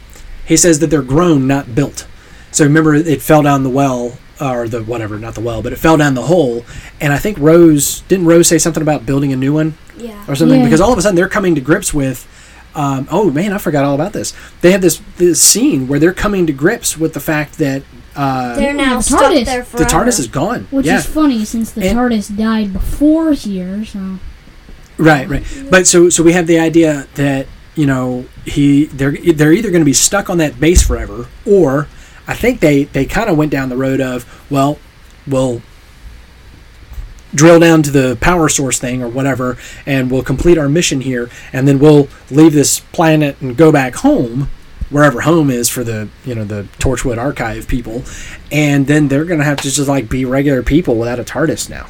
Speaker 1: He says that they're grown, not built. So remember, it fell down the well or the whatever, not the well, but it fell down the hole. And I think Rose didn't Rose say something about building a new one
Speaker 2: Yeah.
Speaker 1: or something
Speaker 4: Yeah.
Speaker 1: because all of a sudden they're coming to grips with um, oh man i forgot all about this they have this this scene where they're coming to grips with the fact that uh,
Speaker 2: They're now
Speaker 4: the
Speaker 2: stuck
Speaker 4: TARDIS.
Speaker 2: there
Speaker 1: the
Speaker 2: forever.
Speaker 1: tardis is gone
Speaker 4: Which
Speaker 1: yeah
Speaker 4: is funny since the
Speaker 1: And-
Speaker 4: TARDIS died before here, so
Speaker 1: right right but so so we have the idea that you know he they're they're either going to be stuck on that base forever or i think they they kind of went down the road of well we'll drill down to the power source thing or whatever and we'll complete our mission here and then we'll leave this planet and go back home wherever home is for the you know the torchwood archive people and then they're gonna have to just like be regular people without a tardis now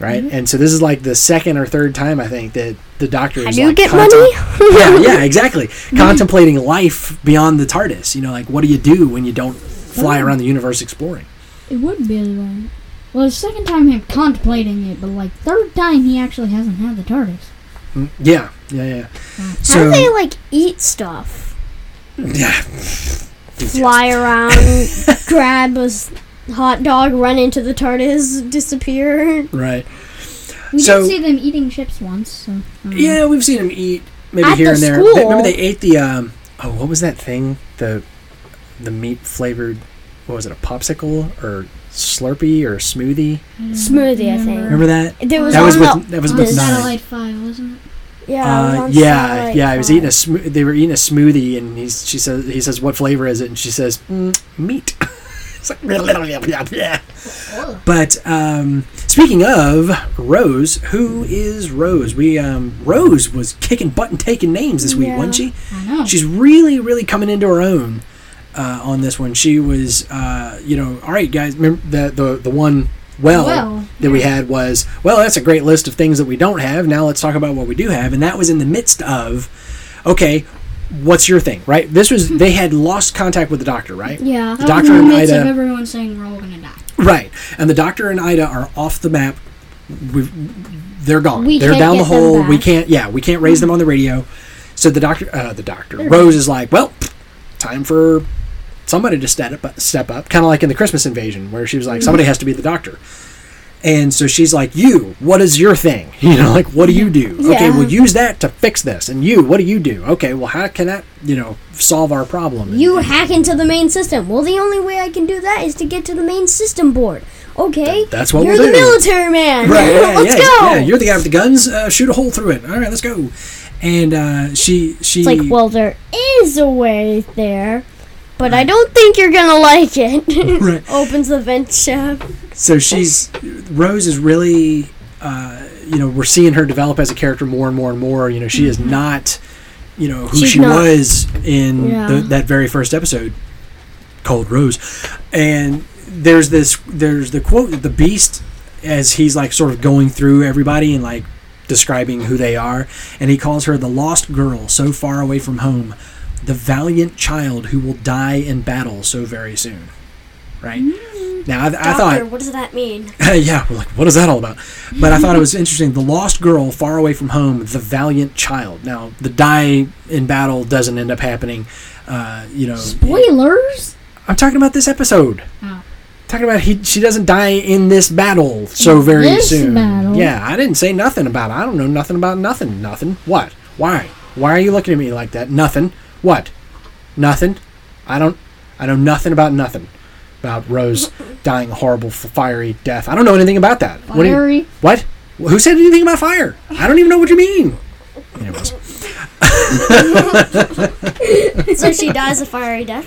Speaker 1: right
Speaker 2: Mm-hmm.
Speaker 1: and so this is like the second or third time i think that the doctor
Speaker 2: How
Speaker 1: is
Speaker 2: do you
Speaker 1: like
Speaker 2: get
Speaker 1: contem-
Speaker 2: money? Mm-hmm.
Speaker 1: yeah yeah exactly contemplating life beyond the tardis you know like what do you do when you don't
Speaker 2: Mm-hmm.
Speaker 1: fly around the universe exploring
Speaker 4: it would be the way. Well, the second time him contemplating it, but like third time he actually hasn't had the TARDIS.
Speaker 1: yeah yeah yeah
Speaker 2: How do they like eat stuff?
Speaker 1: yeah
Speaker 2: Fly around, grab a s- hot dog, run into the TARDIS, disappear.
Speaker 1: right
Speaker 4: We
Speaker 1: So-
Speaker 4: did see them eating chips once, so um,
Speaker 1: Yeah, we've seen them eat maybe
Speaker 2: At
Speaker 1: here
Speaker 2: the
Speaker 1: and there. They- remember
Speaker 2: school.
Speaker 1: they ate the um, oh, what was that thing? The the meat flavored what was it, a popsicle or Slurpee or smoothie?
Speaker 2: Smoothie, I think.
Speaker 1: Remember that?
Speaker 2: There was
Speaker 1: That was
Speaker 2: one
Speaker 1: with that was
Speaker 4: on
Speaker 1: with nine.
Speaker 4: Satellite 5, wasn't it?
Speaker 2: Yeah, it was
Speaker 1: Uh,
Speaker 2: on
Speaker 1: yeah,
Speaker 2: Satellite
Speaker 1: yeah. I was eating a
Speaker 2: Five.
Speaker 1: smo- they were eating a smoothie, and he's she says he says what flavor is it, and she says mm, meat. it's like yeah. But um, speaking of Rose, who is Rose? We um, Rose was kicking butt and taking names this week,
Speaker 2: Yeah.
Speaker 1: wasn't she?
Speaker 4: I know.
Speaker 1: She's really, really coming into her own uh, on this one. She was, uh, you know, all right, guys. Remember the the the one well,
Speaker 4: Oh, Well,
Speaker 1: that we had was well. That's a great list of things that we don't have. Now let's talk about what we do have, and that was in the midst of, okay, what's your thing, right? This was they had lost contact with the doctor, right? The
Speaker 2: Yeah.
Speaker 4: That was
Speaker 1: doctor
Speaker 4: in
Speaker 1: and
Speaker 4: the midst
Speaker 1: Ida.
Speaker 4: of everyone saying we're all gonna die.
Speaker 1: Right, and the doctor and Ida are off the map. We've, they're gone.
Speaker 2: We
Speaker 1: they're
Speaker 2: can't
Speaker 1: down the
Speaker 2: get them
Speaker 1: hole. We
Speaker 2: back. Mm-hmm.
Speaker 1: can't. Yeah, we can't raise them on the radio. So the doctor, uh, the doctor, Rose is like, well, time for somebody to step up. Step up, kind of like in the Christmas invasion, where she was like,
Speaker 2: Mm-hmm.
Speaker 1: somebody has to be the doctor. And so she's like, "You, what is your thing? You know, like what do you do? Okay,
Speaker 2: Yeah.
Speaker 1: we'll use that to fix this. And you, what do you do? Okay, well, how can that, you know, solve our problem? And-
Speaker 2: You hack into the main system. Well, the only way I can do that is to get to the main system board. Okay.
Speaker 1: Th- that's what
Speaker 2: You're
Speaker 1: we'll
Speaker 2: the
Speaker 1: do.
Speaker 2: military man.
Speaker 1: Right, yeah,
Speaker 2: Let's
Speaker 1: yeah,
Speaker 2: go.
Speaker 1: Yeah, you're the guy with the guns. Uh, shoot a hole through it. All right, let's go. And uh, she she
Speaker 2: it's like, well, there is a way there, but I don't think you're gonna like it.
Speaker 1: Right.
Speaker 2: Opens the vent shaft.
Speaker 1: so she's Rose is really uh, you know we're seeing her develop as a character more and more and more. You know she is not you know who
Speaker 2: Mm-hmm. She's
Speaker 1: she
Speaker 2: not-
Speaker 1: was in
Speaker 2: Yeah.
Speaker 1: the, that very first episode, called Rose, and there's this there's the quote that the Beast as he's like sort of going through everybody and like describing who they are, and he calls her the lost girl so far away from home, the valiant child who will die in battle so very soon. Right
Speaker 2: Mm-hmm.
Speaker 1: now, I, I thought
Speaker 2: what does that mean?
Speaker 1: yeah, we're like, what is that all about? But I thought it was interesting. The lost girl, far away from home, the valiant child. Now, the die in battle doesn't end up happening. Uh, you know,
Speaker 4: Spoilers.
Speaker 1: I'm talking about this episode.
Speaker 4: Oh.
Speaker 1: Talking about he, she doesn't die in this battle so very
Speaker 4: this
Speaker 1: soon.
Speaker 4: battle?
Speaker 1: Yeah, I didn't say nothing about. it. I don't know nothing about nothing. Nothing. What? Why? Why are you looking at me like that? Nothing. What? Nothing. I don't. I know nothing about nothing. About Rose dying a horrible f- fiery death. I don't know anything about that. What? do you-
Speaker 4: Fiery.
Speaker 1: what? Who said anything about fire? I don't even know what you mean. Anyways.
Speaker 2: so she dies a fiery death.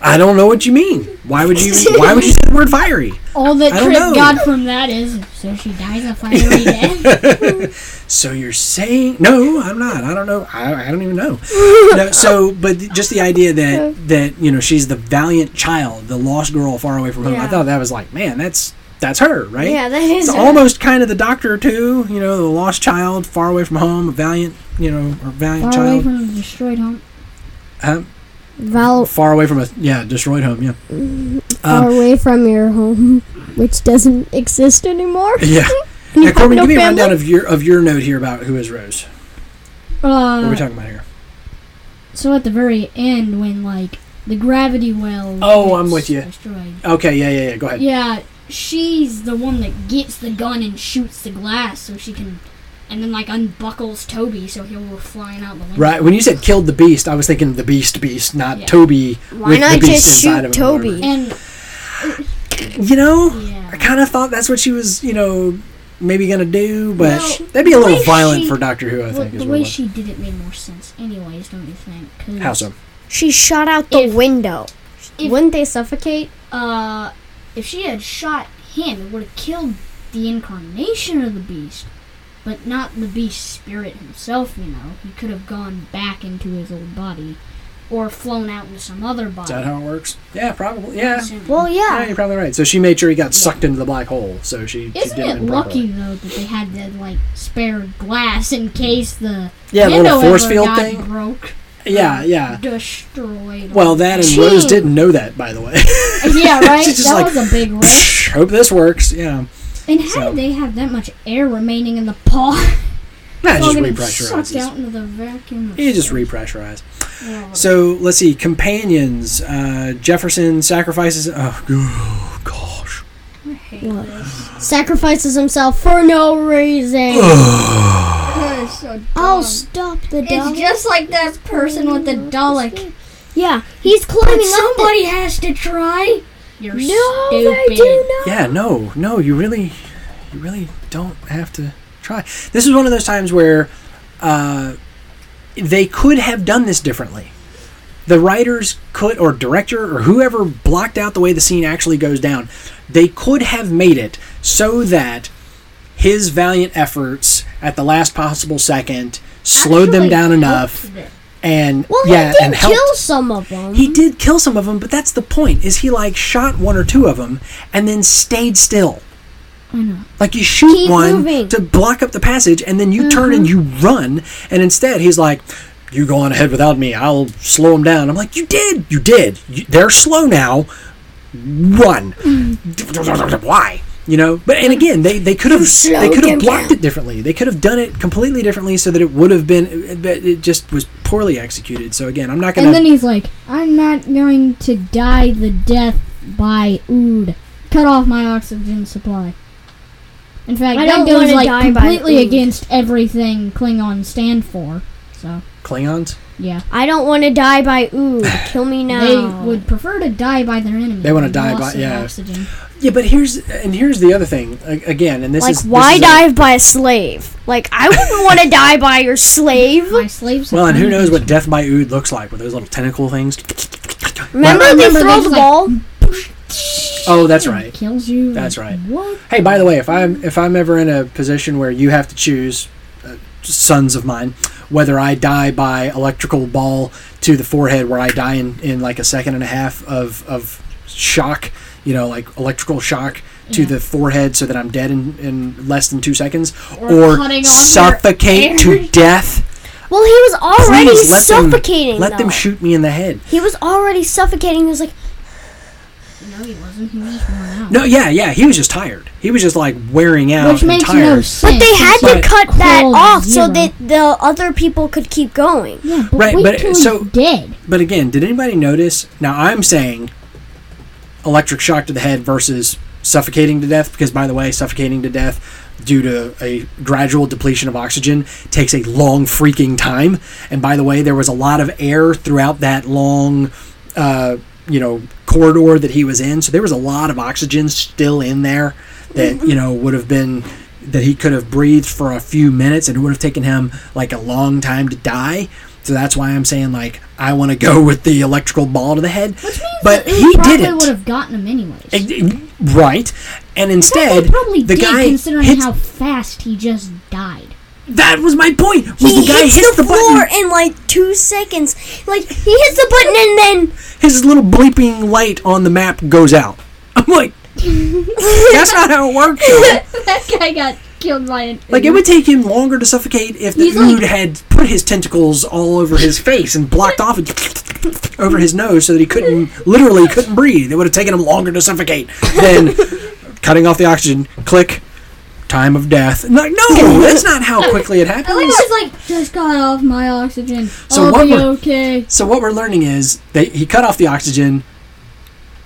Speaker 1: I don't know what you mean. Why would you? Why would you say the word fiery?
Speaker 4: All that
Speaker 1: I don't know.
Speaker 4: Trick got from that is so she dies a fiery death.
Speaker 1: So you're saying no? I'm not. I don't know. I, I don't even know. No, so, but just the idea that that you know she's the valiant child, the lost girl far away from home. I
Speaker 2: Yeah.
Speaker 1: thought that was like, man, that's that's her, right?
Speaker 2: Yeah, that is
Speaker 1: It's
Speaker 2: her.
Speaker 1: almost kind of the doctor too. You know, the lost child far away from home, a valiant, you know, or valiant
Speaker 4: Far away
Speaker 1: child
Speaker 4: from the destroyed home.
Speaker 2: Val,
Speaker 1: far away from a yeah destroyed home. Yeah, uh,
Speaker 2: far away from your home, which doesn't exist anymore.
Speaker 1: yeah.
Speaker 2: You
Speaker 1: Now,
Speaker 2: have
Speaker 1: Corbin,
Speaker 2: no
Speaker 1: give me a
Speaker 2: family?
Speaker 1: rundown of your of your note here about who is Rose. What are we
Speaker 4: Uh,
Speaker 1: talking about here?
Speaker 4: so at the very end, when like the gravity well.
Speaker 1: Oh, I'm
Speaker 4: gets
Speaker 1: with you.
Speaker 4: Destroyed.
Speaker 1: Okay, yeah, yeah, yeah. Go ahead.
Speaker 4: Yeah, she's the one that gets the gun and shoots the glass so she can, and then like unbuckles Toby so he'll go flying out the window.
Speaker 1: Right. When you said killed the beast, I was thinking the beast beast, not
Speaker 4: Yeah.
Speaker 1: Toby.
Speaker 2: Why
Speaker 1: with
Speaker 2: not
Speaker 1: the beast
Speaker 2: just
Speaker 1: inside of
Speaker 2: shoot
Speaker 1: him or
Speaker 2: Toby?
Speaker 1: whatever.
Speaker 4: And
Speaker 1: You know,
Speaker 4: Yeah.
Speaker 1: I kind of thought that's what she was, you know, maybe gonna do, but
Speaker 4: Well,
Speaker 1: that'd be a
Speaker 4: the
Speaker 1: little
Speaker 4: way
Speaker 1: violent
Speaker 4: she-
Speaker 1: for Doctor Who. I
Speaker 4: well,
Speaker 1: think
Speaker 4: the
Speaker 1: is
Speaker 4: way
Speaker 1: what.
Speaker 4: she did it made more sense, anyways, don't you think? 'Cause,
Speaker 1: How so?
Speaker 2: She shot out the
Speaker 4: If-
Speaker 2: window.
Speaker 4: if-
Speaker 2: Wouldn't they suffocate?
Speaker 4: Uh, if she had shot him, it would have killed the incarnation of the beast, but not the beast spirit himself. You know, he could have gone back into his old body, or flown out into some other body.
Speaker 1: Is that how it works? Yeah, probably. Yeah.
Speaker 4: Soon.
Speaker 2: Well,
Speaker 1: Yeah,
Speaker 2: yeah.
Speaker 1: you're probably right. So she made sure he got sucked into the black hole. So she, she
Speaker 4: Isn't
Speaker 1: did
Speaker 4: it
Speaker 1: improperly.
Speaker 4: lucky though that they had that like spare glass in case the
Speaker 1: Yeah, the little
Speaker 4: window
Speaker 1: force
Speaker 4: ever
Speaker 1: field
Speaker 4: got
Speaker 1: thing.
Speaker 4: broke,
Speaker 1: Yeah, yeah.
Speaker 4: destroyed?
Speaker 1: Well, that and Rose
Speaker 2: Gee.
Speaker 1: didn't know that, by the way.
Speaker 4: yeah, right.
Speaker 1: she's just
Speaker 4: that
Speaker 1: like,
Speaker 4: was a big rush.
Speaker 1: Hope this works. Yeah.
Speaker 4: And how
Speaker 1: So-
Speaker 4: did they have that much air remaining in the paw?
Speaker 1: Nah, just
Speaker 4: Well, gonna
Speaker 1: repressurize.
Speaker 4: suck out into the vacuum.
Speaker 1: You just repressurize.
Speaker 4: Mm. Yeah.
Speaker 1: So let's see, companions. Uh, Jefferson sacrifices. Oh, g- oh, gosh.
Speaker 2: Sacrifices himself for no reason.
Speaker 4: so
Speaker 2: I'll stop the dog.
Speaker 4: it's just like that person with the Dalek.
Speaker 2: yeah, he's climbing up.
Speaker 4: somebody has to try. You're
Speaker 2: No,
Speaker 4: stupid.
Speaker 2: they do not.
Speaker 1: Yeah, no, no, you really, you really don't have to try. This is one of those times where uh, they could have done this differently. The writers could, or director, or whoever blocked out the way the scene actually goes down, they could have made it so that his valiant efforts at the last possible second slowed them
Speaker 4: Actually
Speaker 1: down enough,
Speaker 4: helped them.
Speaker 1: and
Speaker 2: Well,
Speaker 1: yeah,
Speaker 2: he did
Speaker 1: and
Speaker 2: kill
Speaker 1: helped
Speaker 2: some of them.
Speaker 1: he did kill some of them, but that's the point. Is he like shot one or two of them and then stayed still?
Speaker 4: I know.
Speaker 1: Like you shoot
Speaker 2: Keep
Speaker 1: one
Speaker 2: moving.
Speaker 1: to block up the passage, and then you turn and you run. And instead, he's like, "You go on ahead without me. I'll slow him down." I'm like, "You did. You did. You, they're slow now. Run. Why?" You know, but and again, they, they could have they
Speaker 2: slowed
Speaker 1: could have
Speaker 2: them
Speaker 1: blocked
Speaker 2: down.
Speaker 1: it differently. They could have done it completely differently so that it would have been. But it just was poorly executed. So again, I'm not gonna.
Speaker 4: And then he's like, I'm not going to die the death by ood. Cut off my oxygen supply. In fact,
Speaker 2: I
Speaker 4: that
Speaker 2: don't
Speaker 4: goes
Speaker 2: wanna
Speaker 4: like
Speaker 2: die by
Speaker 4: completely
Speaker 2: ood.
Speaker 4: against everything Klingons stand for. So,
Speaker 1: Klingons.
Speaker 4: yeah.
Speaker 2: I don't want to die by ooh. Kill me now.
Speaker 4: They would prefer to die by their enemy.
Speaker 1: They wanna
Speaker 4: than
Speaker 1: die
Speaker 4: loss
Speaker 1: by-
Speaker 4: of
Speaker 1: yeah.
Speaker 4: Oxygen.
Speaker 1: Yeah, but here's and here's the other thing. a- Again, and this
Speaker 2: like,
Speaker 1: is this
Speaker 2: why
Speaker 1: is a-
Speaker 2: dive by a slave? Like, I wouldn't want to die by your slave.
Speaker 4: My slaves.
Speaker 1: well, and who
Speaker 4: are
Speaker 1: knows what death by ood looks like with those little tentacle things?
Speaker 2: Remember,
Speaker 4: I
Speaker 2: they
Speaker 4: remember
Speaker 2: throw
Speaker 4: they
Speaker 2: the
Speaker 4: just, like-
Speaker 2: ball?
Speaker 1: Oh, that's right.
Speaker 4: Kills you.
Speaker 1: That's right.
Speaker 4: What?
Speaker 1: Hey, by the way, if I'm if I'm ever in a position where you have to choose, uh, sons of mine, whether I die by electrical ball to the forehead, where I die in, in like a second and a half of of shock, you know, like electrical shock to
Speaker 4: Yeah.
Speaker 1: the forehead, so that I'm dead in, in less than two seconds,
Speaker 4: Or
Speaker 1: or,
Speaker 4: cutting off your
Speaker 1: suffocate to
Speaker 4: air.
Speaker 1: death.
Speaker 2: Well, he was already
Speaker 1: Please, let them-
Speaker 2: suffocating.
Speaker 1: let them
Speaker 2: though.
Speaker 1: shoot me in the head.
Speaker 2: He was already suffocating. He was like,
Speaker 4: No, he wasn't. He was just worn out.
Speaker 1: No, yeah, yeah. He was just tired. He was just like wearing out.
Speaker 4: Which
Speaker 1: and
Speaker 4: makes
Speaker 1: tired.
Speaker 4: no sense.
Speaker 2: but they had
Speaker 1: But-
Speaker 2: to cut that
Speaker 4: Cold
Speaker 2: off so
Speaker 4: zero.
Speaker 2: that the other people could keep going.
Speaker 4: Yeah, but
Speaker 1: Right,
Speaker 4: wait
Speaker 1: but-
Speaker 4: till
Speaker 1: so-
Speaker 4: he's dead.
Speaker 1: But again, did anybody notice? Now I'm saying electric shock to the head versus suffocating to death. Because by the way, suffocating to death due to a gradual depletion of oxygen takes a long freaking time. And by the way, there was a lot of air throughout that long, uh, you know, corridor that he was in. So there was a lot of oxygen still in there that you know would have been that he could have breathed for a few minutes and it would have taken him like a long time to die. So that's why I'm saying like I want to go with the electrical ball to the head. But he
Speaker 4: probably
Speaker 1: didn't.
Speaker 4: would have gotten him anyways.
Speaker 1: Ex- Right. And
Speaker 4: Well,
Speaker 1: instead,
Speaker 4: he probably
Speaker 1: the
Speaker 4: did,
Speaker 1: guy
Speaker 4: considering
Speaker 1: hits-
Speaker 4: how fast he just died.
Speaker 1: that was my point. Was the guy hits, the,
Speaker 2: floor
Speaker 1: button?
Speaker 2: in like two seconds. Like he hits the button and then
Speaker 1: His little bleeping light on the map goes out. I'm like, that's not how it works. though.
Speaker 4: that guy got killed by an.
Speaker 1: Like it would take him longer to suffocate if the
Speaker 4: He's like-
Speaker 1: dude had put his tentacles all over his face and blocked off it over his nose so that he couldn't literally couldn't breathe. It would have taken him longer to suffocate than cutting off the oxygen. Click. Time of death. And Like no, that's not how quickly it happens.
Speaker 4: was like, just got off my oxygen.
Speaker 1: So
Speaker 4: I'll
Speaker 1: what
Speaker 4: be
Speaker 1: we're-
Speaker 4: okay.
Speaker 1: So what we're learning is that he cut off the oxygen,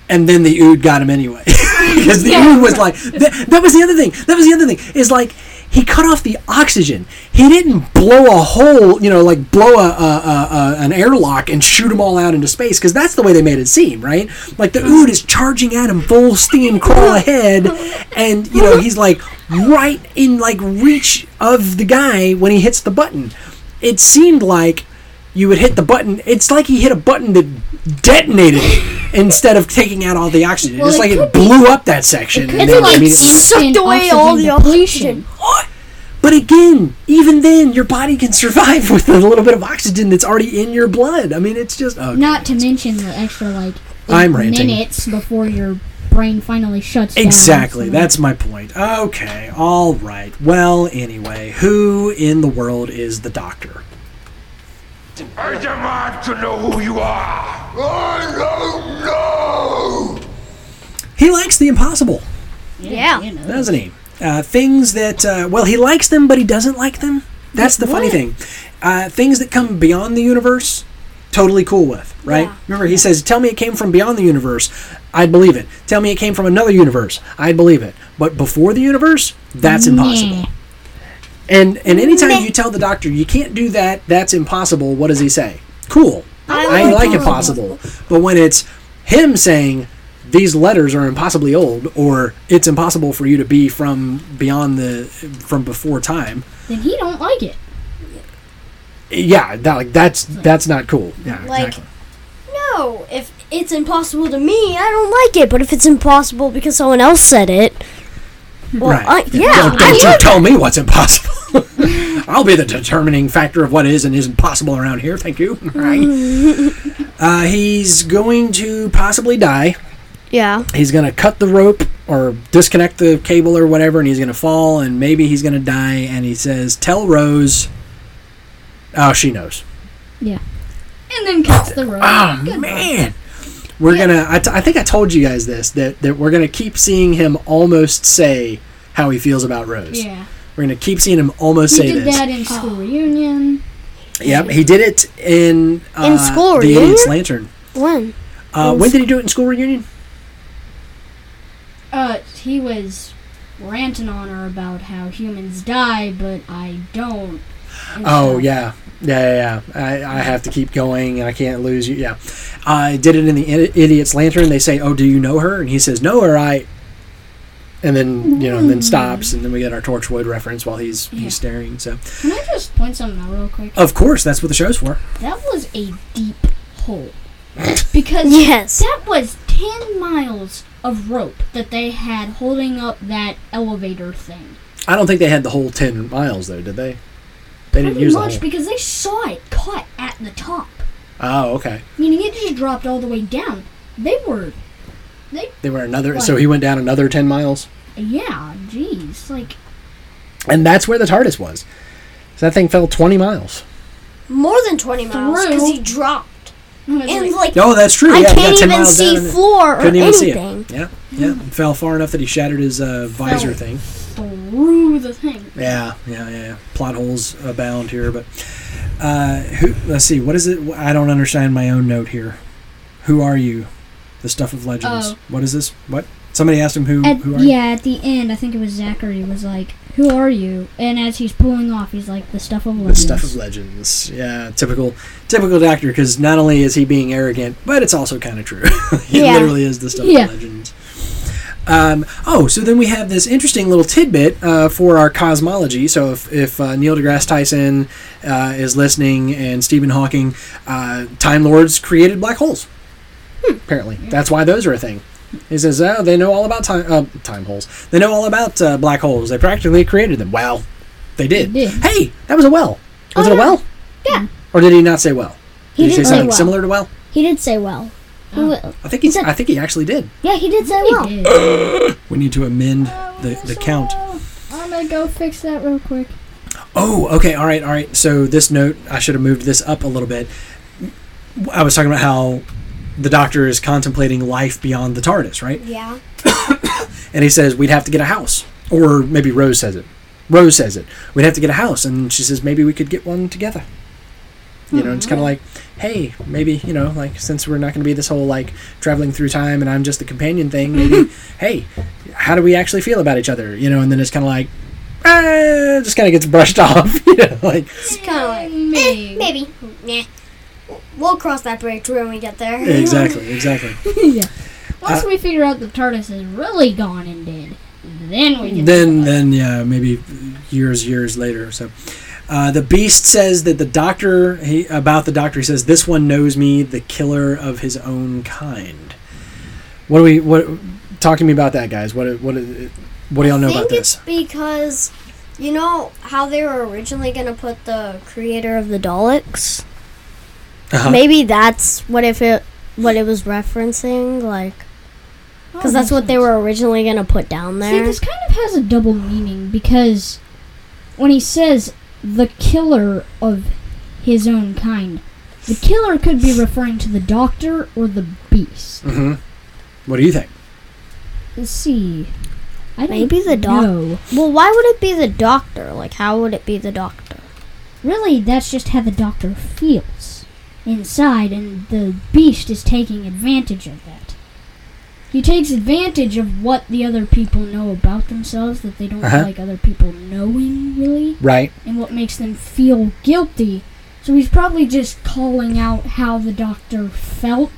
Speaker 1: and then the ood got him anyway. Because the ood was like that, that. was the other thing. That was the other thing. Is like he cut off the oxygen. He didn't blow a hole. You know, like blow a, a, a, a an airlock and shoot them all out into space. Because that's the way they made it seem, right? Like the ood is charging at him full steam, crawl ahead, and you know he's like right in like reach of the guy when he hits the button. It seemed like you would hit the button. It's like he hit a button that detonated it instead of taking out all the oxygen.
Speaker 4: Well,
Speaker 1: it's
Speaker 4: it
Speaker 1: like it
Speaker 4: could
Speaker 1: blew up that section. and
Speaker 4: It's
Speaker 1: they were
Speaker 4: like
Speaker 1: immediately-
Speaker 4: instant
Speaker 2: sucked away all the
Speaker 4: depletion.
Speaker 1: but again, even then, your body can survive with a little bit of oxygen that's already in your blood. I mean, it's just oh, okay.
Speaker 4: Not to mention the extra like eight
Speaker 1: I'm ranting.
Speaker 4: minutes before your brain finally shuts down.
Speaker 1: Exactly.
Speaker 4: So-
Speaker 1: That's my point. Okay. All right. Well, anyway, who in the world is the doctor?
Speaker 6: I demand to know who you are. I don't know.
Speaker 1: He likes the impossible,
Speaker 2: yeah.
Speaker 4: you know.
Speaker 1: doesn't he? Uh, things that uh, well, he likes them, but he doesn't like them. That's the funny thing. Uh, things that come beyond the universe, totally cool with, right?
Speaker 2: Yeah.
Speaker 1: Remember, he says, "Tell me it came from beyond the universe, I'd believe it. Tell me it came from another universe, I'd believe it. But before the universe, that's impossible."
Speaker 4: Nah.
Speaker 1: And and anytime you tell the doctor you can't do that, that's impossible. What does he say? Cool. I, like impossible. But when it's him saying these letters are impossibly old, or it's impossible for you to be from beyond the from before time.
Speaker 4: Then he don't like it.
Speaker 1: Yeah, that like that's that's not cool. Yeah,
Speaker 2: Like-
Speaker 1: exactly.
Speaker 2: No, if it's impossible to me, I don't like it. But if it's impossible because someone else said it, well,
Speaker 1: right.
Speaker 2: I, yeah,
Speaker 1: Don't,
Speaker 2: I
Speaker 1: don't you
Speaker 2: like-
Speaker 1: tell me what's impossible. I'll be the determining factor of what is and isn't possible around here. Thank you. All right. uh, he's going to possibly die.
Speaker 2: yeah.
Speaker 1: he's gonna cut the rope or disconnect the cable or whatever, and he's gonna fall, and maybe he's gonna die. And he says, "Tell Rose." Oh, she knows.
Speaker 4: And then cuts the rope.
Speaker 1: Oh man, we're gonna. I, t- I think I told you guys this that that we're gonna keep seeing him almost say how he feels about Rose.
Speaker 4: Yeah.
Speaker 1: We're gonna keep seeing him almost
Speaker 4: He
Speaker 1: say
Speaker 4: did
Speaker 1: this.
Speaker 4: that in school reunion.
Speaker 1: Yep, he did it in uh,
Speaker 2: school
Speaker 1: the Idiot's
Speaker 2: reunion?
Speaker 1: Lantern.
Speaker 2: When?
Speaker 1: Uh,
Speaker 2: In
Speaker 1: when
Speaker 2: sc-
Speaker 1: did he do it in school reunion?
Speaker 4: Uh, he was ranting on her about how humans die, but I don't. and
Speaker 1: Oh
Speaker 4: stuff.
Speaker 1: yeah, yeah, yeah. yeah. I, I have to keep going, and I can't lose you. Yeah, I did it in the Idi- Idiot's Lantern. They say, "Oh, do you know her?" And he says, "No, her." I. And then you know, and then stops, and then we get our Torchwood reference while he's
Speaker 4: Yeah.
Speaker 1: he's staring. So,
Speaker 4: Can I just point something out real quick?
Speaker 1: of course, that's what the show's for.
Speaker 4: That was a deep hole. Because
Speaker 2: Yes.
Speaker 4: that was 10 miles of rope that they had holding up that elevator thing.
Speaker 1: I don't think they had the whole ten miles though, did they? They didn't
Speaker 4: Pretty
Speaker 1: use the
Speaker 4: much
Speaker 1: whole.
Speaker 4: because they saw it cut at the top.
Speaker 1: Oh, okay.
Speaker 4: Meaning it just dropped all the way down. They were,
Speaker 1: They were another.
Speaker 4: What?
Speaker 1: So he went down another ten miles,
Speaker 4: yeah, jeez. Like,
Speaker 1: and that's where the TARDIS was. So that thing fell twenty miles.
Speaker 2: More than 20 miles because he dropped.
Speaker 4: I was
Speaker 2: And,
Speaker 4: like,
Speaker 2: like,
Speaker 1: Oh, that's true.
Speaker 2: I
Speaker 1: yeah, he got
Speaker 2: can't
Speaker 1: 10
Speaker 2: even
Speaker 1: miles
Speaker 2: see
Speaker 1: down and-
Speaker 2: floor or
Speaker 1: couldn't even
Speaker 2: anything.
Speaker 1: see it. Yeah, yeah. Fell far enough that he shattered his uh, visor thing.
Speaker 4: through the thing.
Speaker 1: Yeah, yeah, yeah. yeah. Plot holes abound here, but uh, who? Let's see. What is it? I don't understand my own note here. Who are you? The stuff of legends.
Speaker 4: Oh.
Speaker 1: What is this? What? Somebody asked him who.
Speaker 4: At,
Speaker 1: who are you?
Speaker 4: yeah, at the end, I think it was Zachary was like, "Who are you?" And as he's pulling off, he's like, "The stuff of
Speaker 1: The
Speaker 4: legends."
Speaker 1: stuff of legends. Yeah, typical, typical doctor. Because not only is he being arrogant, but it's also kind of true. he
Speaker 2: Yeah.
Speaker 1: literally is the stuff
Speaker 4: Yeah.
Speaker 1: of legends. Um, oh, so then we have this interesting little tidbit uh, for our cosmology. So if, if uh, Neil deGrasse Tyson uh, is listening and Stephen Hawking, uh, Time Lords created black holes. Apparently, that's why those are a thing. He says, "Oh, they know all about time uh, time holes. They know all about uh, black holes. They practically created them. Wow, they did.
Speaker 4: They did.
Speaker 1: Hey, that was a well. Was it a
Speaker 2: Oh, yeah.
Speaker 1: well?
Speaker 2: Yeah.
Speaker 1: Or did he not say well?
Speaker 2: He
Speaker 1: Did he, say
Speaker 2: didn't say
Speaker 1: something
Speaker 2: well.
Speaker 1: similar to well?
Speaker 2: He did say well. He wa-
Speaker 1: I think he's.
Speaker 2: said-
Speaker 1: I think he actually did.
Speaker 2: yeah, Oh. he did say
Speaker 4: He
Speaker 2: well.
Speaker 4: did.
Speaker 1: We need to amend
Speaker 2: Oh,
Speaker 1: the, the count.
Speaker 4: I'm gonna go fix that real quick.
Speaker 1: Oh, okay, all right, all right. So this note, I should have moved this up a little bit. I was talking about how the doctor is contemplating life beyond the TARDIS, right?
Speaker 2: Yeah.
Speaker 1: And he says we'd have to get a house, or maybe Rose says it. Rose says it. We'd have to get a house, and she says maybe we could get one together. You know, it's kind of like, hey, maybe you know, like since we're not going to be this whole like traveling through time, and I'm just the companion thing. Maybe, hey, how do we actually feel about each other? You know, and then it's kind of like, ah, just kind of gets brushed off. You know, like
Speaker 2: It's kind of like,
Speaker 4: Maybe.
Speaker 2: Eh, maybe. Nah. We'll cross that bridge when we get there.
Speaker 1: exactly, exactly. Ah.
Speaker 4: Once we figure out the TARDIS is really gone and dead, then we can.
Speaker 1: then then yeah maybe years years later so uh, the beast says that the doctor he, about the doctor he says this one knows me the killer of his own kind what do we what talk to me about that guys what what what do y'all know
Speaker 2: I
Speaker 1: about
Speaker 2: think it's
Speaker 1: this
Speaker 2: because you know how they were originally gonna put the creator of the Daleks.
Speaker 1: Uh-huh.
Speaker 2: Maybe that's what if it what it was referencing, like because
Speaker 4: Oh,
Speaker 2: that's what they were originally gonna put down
Speaker 4: See,
Speaker 2: there.
Speaker 4: this kind of has a double meaning because when he says the killer of his own kind, the killer could be referring to the Doctor or the Beast.
Speaker 1: hmm what do you think
Speaker 4: Let's see. I don't
Speaker 2: Maybe the doc-
Speaker 4: know.
Speaker 2: well, why would it be the doctor? Like, how would it be the doctor?
Speaker 4: Really, that's just how the doctor feels inside, and the beast is taking advantage of that. He takes advantage of what the other people know about themselves that they don't
Speaker 1: Uh-huh.
Speaker 4: like other people knowing, really,
Speaker 1: right
Speaker 4: and what makes them feel guilty. So he's probably just calling out how the doctor felt,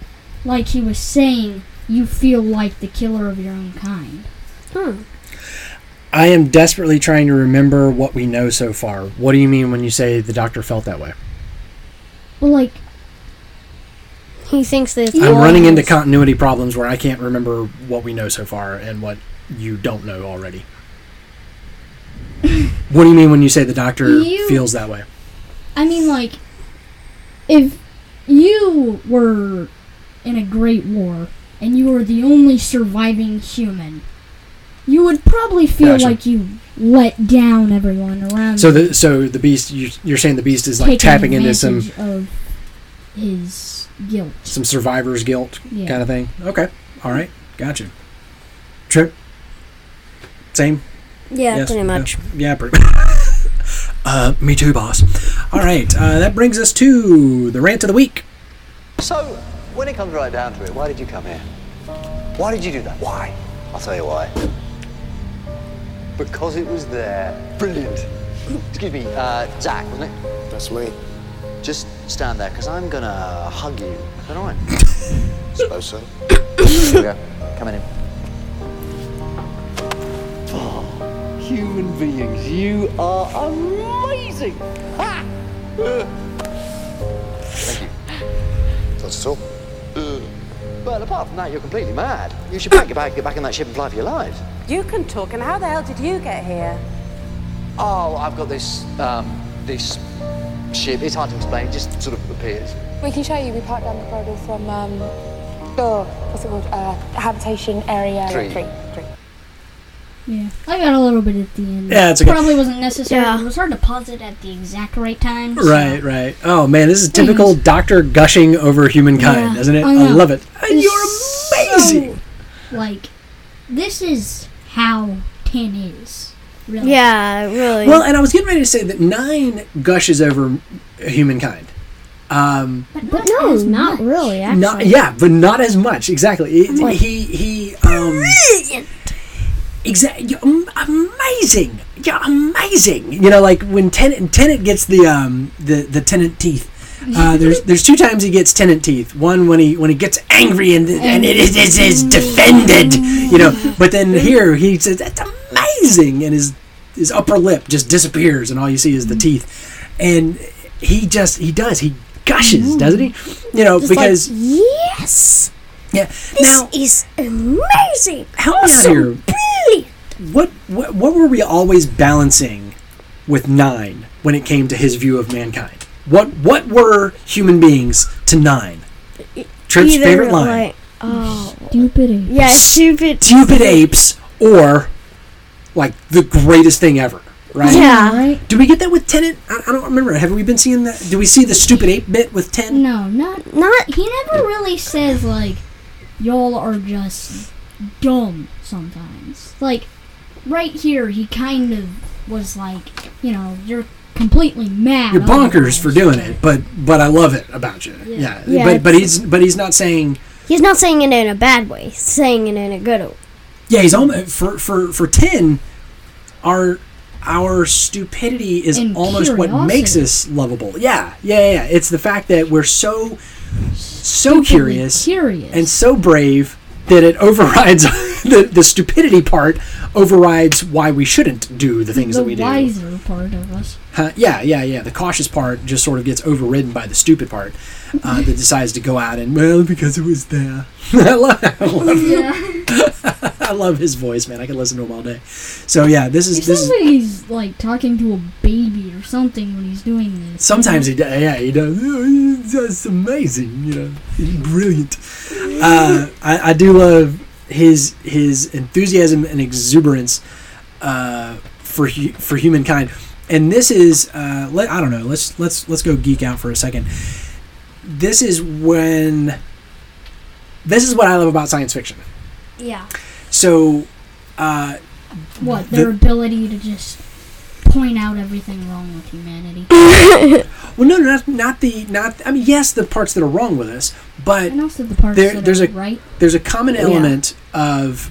Speaker 4: like he was saying, you feel like the killer of your own kind.
Speaker 2: Hmm.
Speaker 1: I am desperately trying to remember what we know so far. What do you mean when you say the doctor felt that way?
Speaker 4: Well, like
Speaker 2: He thinks that. it's
Speaker 1: I'm
Speaker 2: all
Speaker 1: running into
Speaker 2: his-
Speaker 1: continuity problems where I can't remember what we know so far and what you don't know already. what do you mean when you say the doctor
Speaker 4: You-
Speaker 1: feels that way?
Speaker 4: I mean, like, if you were in a great war and you were the only surviving human, you would probably feel
Speaker 1: Gotcha.
Speaker 4: like you let down everyone around.
Speaker 1: So
Speaker 4: you,
Speaker 1: the so the beast you, you're saying the beast is like
Speaker 4: taking
Speaker 1: tapping into some
Speaker 4: advantage of his guilt.
Speaker 1: some survivor's guilt
Speaker 4: Yeah.
Speaker 1: kind of thing. Okay, all right, gotcha. Trip, same.
Speaker 2: Yeah,
Speaker 1: Yes,
Speaker 2: pretty
Speaker 1: yeah,
Speaker 2: much.
Speaker 1: Yeah, pretty. uh, me too, boss. All right, uh, that brings us to the rant of the week.
Speaker 7: So, when it comes right down to it, why did you come here? Why did you do that? Why? I'll tell you why. Because it was there. Brilliant. Excuse me, uh, Zach, wasn't it?
Speaker 8: That's me.
Speaker 7: Just stand there, because I'm gonna hug you. Is that alright?
Speaker 8: Suppose so.
Speaker 7: Here we go. Come in. Oh, human beings, you are amazing! Ha! Uh, Thank you.
Speaker 8: That's at all.
Speaker 7: But apart from that, you're completely mad. You should pack your bag, get back in that ship, and fly for your lives.
Speaker 9: You can talk, and how the hell did you get here?
Speaker 7: Oh, I've got this, um, this ship. It's hard to explain. It just sort of appears.
Speaker 10: We can show you. We parked down the corridor from, um, oh, what's it called? Uh, habitation area
Speaker 7: Three.
Speaker 10: three. three.
Speaker 4: Yeah, I got a little bit at the end.
Speaker 1: Yeah, it's okay.
Speaker 4: probably wasn't necessary.
Speaker 2: Yeah.
Speaker 4: It was hard to pause it at the exact right time. so-
Speaker 1: Right, right. Oh man, this is typical doctor gushing over humankind,
Speaker 4: Yeah,
Speaker 1: isn't it?
Speaker 4: I
Speaker 1: I,
Speaker 4: know.
Speaker 1: love it. And
Speaker 4: It's
Speaker 1: you're amazing.
Speaker 4: so, like, this is how ten is. Really.
Speaker 2: Yeah, really.
Speaker 1: well, and I was getting ready to say that nine gushes over humankind. Um,
Speaker 4: but, but
Speaker 2: no,
Speaker 4: as
Speaker 2: not
Speaker 4: much.
Speaker 2: really. Actually.
Speaker 1: not yeah, but not as much. Exactly. It- he he. Um, exactly. You're am- amazing. You're amazing. You know, like when tenant tenant gets the um the the tenant teeth. Uh, there's there's two times he gets tenant teeth. One when he when he gets angry and and it is, is, is defended, you know. But then here he says that's amazing, and his his upper lip just disappears, and all you see is the teeth. And he just he does he gushes, doesn't he? You know
Speaker 2: Just
Speaker 1: because
Speaker 2: like, yes,
Speaker 1: yeah.
Speaker 2: this
Speaker 1: Now
Speaker 2: is amazing.
Speaker 1: help me out
Speaker 2: Awesome,
Speaker 1: here.
Speaker 2: brilliant.
Speaker 1: What, what what were we always balancing with nine when it came to his view of mankind? What what were human beings to nine? Trip's
Speaker 2: Either,
Speaker 1: favorite line:
Speaker 2: like, oh,
Speaker 4: Stupid. ape.
Speaker 2: yeah, stupid.
Speaker 1: "Stupid apes," or like the greatest thing ever, right?
Speaker 2: Yeah.
Speaker 4: Right?
Speaker 1: Do we get that with Tenant? I, I don't remember. Have we been seeing that? Do we see the stupid ape bit with Ten?
Speaker 4: No, not
Speaker 2: Not
Speaker 4: he never really says like y'all are just dumb sometimes. Like right here he kind of was like, you know, you're completely mad.
Speaker 1: You're bonkers for
Speaker 4: otherwise."
Speaker 1: doing it, but but I love it about you. Yeah.
Speaker 2: Yeah,
Speaker 1: but but he's but he's not saying
Speaker 2: He's not saying it in a bad way. He's saying it in a good way.
Speaker 1: Yeah, he's almost for for for ten. Our our stupidity is
Speaker 4: And
Speaker 1: almost what makes
Speaker 4: curiosity.
Speaker 1: us lovable. Yeah, yeah, yeah, yeah. It's the fact that we're so so curious
Speaker 4: Curious.
Speaker 1: and so brave that it overrides the the stupidity part overrides why we shouldn't do the things
Speaker 4: the
Speaker 1: that we do.
Speaker 4: wiser part of us.
Speaker 1: Huh, yeah, yeah, yeah. The cautious part just sort of gets overridden by the stupid part uh, that decides to go out and well because it was there. I love, I love, I love his voice, man. I could listen to him all day. So yeah, this
Speaker 4: It
Speaker 1: is this
Speaker 4: sounds
Speaker 1: is
Speaker 4: like he's like talking to a baby or something when he's doing this.
Speaker 1: sometimes he does. Yeah, he does. "Oh, That's amazing. You know, he's brilliant. Uh, I, I do love his his enthusiasm and exuberance uh, for hu- for humankind. And this is uh, let, I don't know. Let's let's let's go geek out for a second. This is when this is what I love about science fiction.
Speaker 2: Yeah.
Speaker 1: So uh,
Speaker 4: What their
Speaker 1: The-
Speaker 4: ability to just point out everything wrong with humanity,
Speaker 1: well, no, not not the not. I mean, yes, the parts that are wrong with us, but
Speaker 4: and also the parts
Speaker 1: There-
Speaker 4: that
Speaker 1: there's
Speaker 4: are
Speaker 1: a-
Speaker 4: right.
Speaker 1: there's a common element of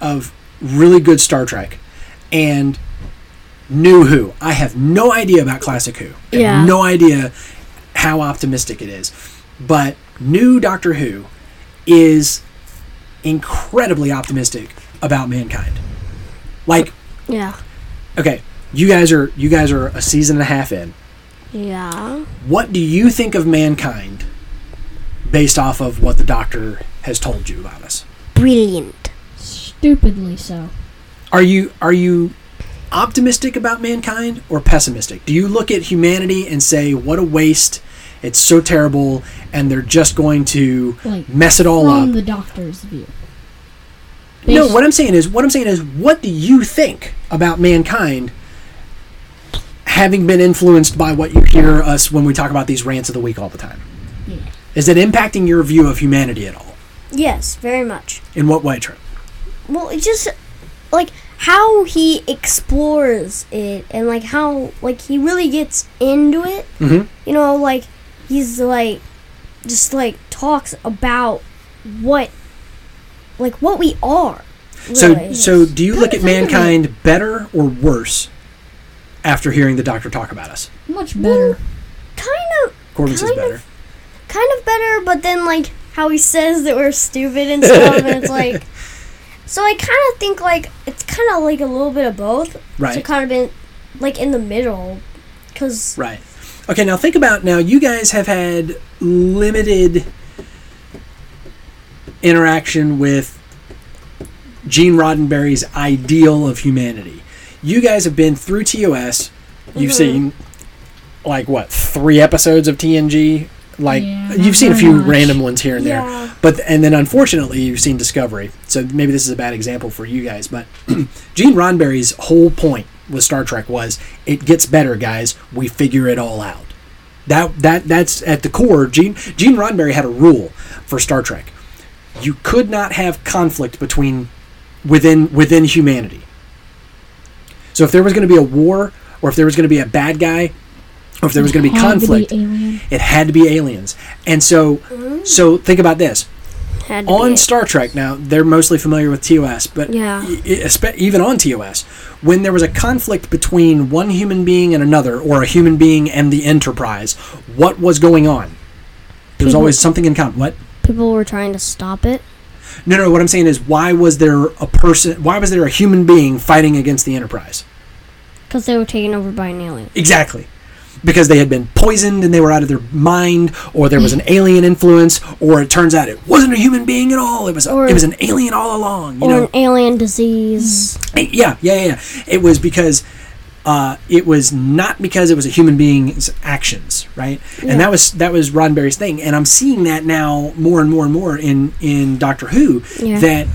Speaker 1: of really good Star Trek and new Who. I have no idea about classic Who. I
Speaker 2: Yeah.
Speaker 1: have no idea how optimistic it is. But new Doctor Who is incredibly optimistic about mankind. Like,
Speaker 2: Yeah.
Speaker 1: okay, you guys are you guys are a season and a half in.
Speaker 2: Yeah.
Speaker 1: What do you think of mankind based off of what the doctor has told you about us?
Speaker 2: Brilliant.
Speaker 4: Stupidly so.
Speaker 1: Are you are you optimistic about mankind or pessimistic? Do you look at humanity and say, "What a waste. It's so terrible and they're just going to
Speaker 4: Like,
Speaker 1: mess it all
Speaker 4: from
Speaker 1: up."
Speaker 4: the doctor's view.
Speaker 1: No,
Speaker 4: Based-
Speaker 1: what I'm saying is, what I'm saying is, what do you think about mankind having been influenced by what you hear us when we talk about these rants of the week all the time?
Speaker 4: Yeah.
Speaker 1: Is it impacting your view of humanity at all?
Speaker 2: Yes, very much.
Speaker 1: In what way, Trent?
Speaker 2: Well, it just like how he explores it and like how like he really gets into it.
Speaker 1: Mhm.
Speaker 2: You know, like he's like just like talks about what like what we are.
Speaker 1: So,
Speaker 2: really.
Speaker 1: so do you look at mankind better or worse after hearing the doctor talk about us?
Speaker 4: Much better.
Speaker 2: kind of
Speaker 1: Corbin says
Speaker 2: Kind of.
Speaker 1: better.
Speaker 2: kind of better, but then like how he says that we're stupid and stuff, and it's like. So I kind of think like it's kind of like a little bit of both. So
Speaker 1: Right.
Speaker 2: kind of in like in the middle, because
Speaker 1: Right. Okay, now think about now you guys have had limited interaction with Gene Roddenberry's ideal of humanity. You guys have been through TOS.
Speaker 4: Mm-hmm.
Speaker 1: You've seen like what, 3 episodes of TNG? Like
Speaker 4: Yeah, not
Speaker 1: you've seen a
Speaker 4: very
Speaker 1: few
Speaker 4: much.
Speaker 1: random ones here and
Speaker 2: Yeah.
Speaker 1: there. But and then unfortunately you've seen Discovery. So maybe this is a bad example for you guys, but Gene Roddenberry's whole point with Star Trek was it gets better, guys. We figure it all out. That that that's at the core. Gene Gene Roddenberry had a rule for Star Trek. You could not have conflict between within within humanity. So if there was going to be a war, or if there was going to be a bad guy, or if there was going to be
Speaker 4: Had to be
Speaker 1: conflict,
Speaker 4: alien.
Speaker 1: it had to be aliens. And so so think about this
Speaker 2: had to
Speaker 1: on
Speaker 2: be.
Speaker 1: Star Trek now they're mostly familiar with TOS, but
Speaker 2: Yeah.
Speaker 1: e- e- espe- even on TOS, when there was a conflict between one human being and another, or a human being and the Enterprise, what was going on? There was always something in common. What?
Speaker 2: people were trying to stop it.
Speaker 1: No, no. What I'm saying is, why was there a person? Why was there a human being fighting against the Enterprise?
Speaker 2: Because they were taken over by an alien.
Speaker 1: Exactly. Because they had been poisoned and they were out of their mind, or there was an alien influence, or it turns out it wasn't a human being at all. It was a,
Speaker 2: Or-
Speaker 1: it was an alien all along. You
Speaker 2: or
Speaker 1: know?
Speaker 2: an alien disease.
Speaker 1: Yeah, yeah, yeah, yeah. It was because uh, it was not because it was a human being's actions, right? And that was that was Roddenberry's thing. And I'm seeing that now more and more and more in in Doctor Who
Speaker 2: Yeah.
Speaker 1: that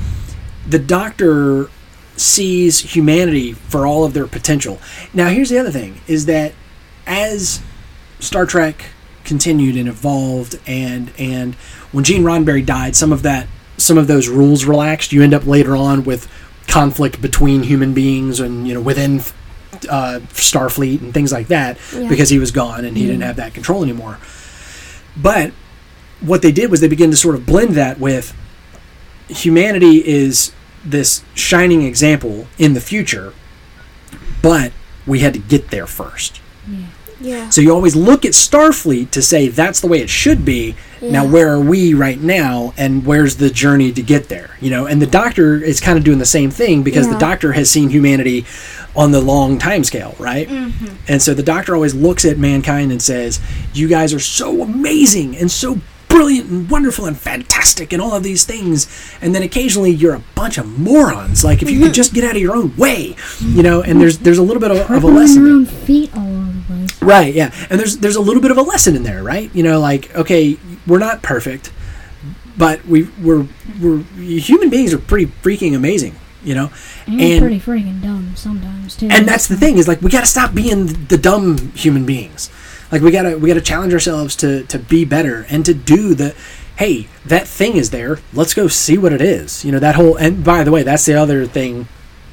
Speaker 1: the Doctor sees humanity for all of their potential. Now, here's the other thing: is that as Star Trek continued and evolved, and and when Gene Roddenberry died, some of that some of those rules relaxed. You end up later on with conflict between human beings and you know within uh, Starfleet and things like that because he was gone and he didn't have that control anymore. But what they did was they began to sort of blend that with humanity is this shining example in the future, but we had to get there first.
Speaker 2: Yeah.
Speaker 1: So you always look at Starfleet to say that's the way it should be. Now where are we right now and where's the journey to get there? You know, and the doctor is kind of doing the same thing because the
Speaker 2: Yeah.
Speaker 1: doctor has seen humanity on the long time scale, right?
Speaker 2: Mm-hmm.
Speaker 1: And so the doctor always looks at mankind and says, "You guys are so amazing and so brilliant and wonderful and fantastic and all of these things." And then occasionally you're a bunch of morons. Like if you could just get out of your own way, you know, and there's there's a little bit of, of a
Speaker 4: On
Speaker 1: lesson
Speaker 4: their
Speaker 1: there.
Speaker 4: own feet all over the place.
Speaker 1: Right, yeah. And there's there's a little bit of a lesson in there, right? You know, like okay, we're not perfect, but we we're we're human beings are pretty freaking amazing, you know.
Speaker 4: And,
Speaker 1: And-
Speaker 4: pretty friggin' dumb sometimes too.
Speaker 1: And that's the thing is like we got to stop being the dumb human beings. Like we got to we got to challenge ourselves to to be better and to do the hey, that thing is there. Let's go see what it is. You know, that whole and by the way, that's the other thing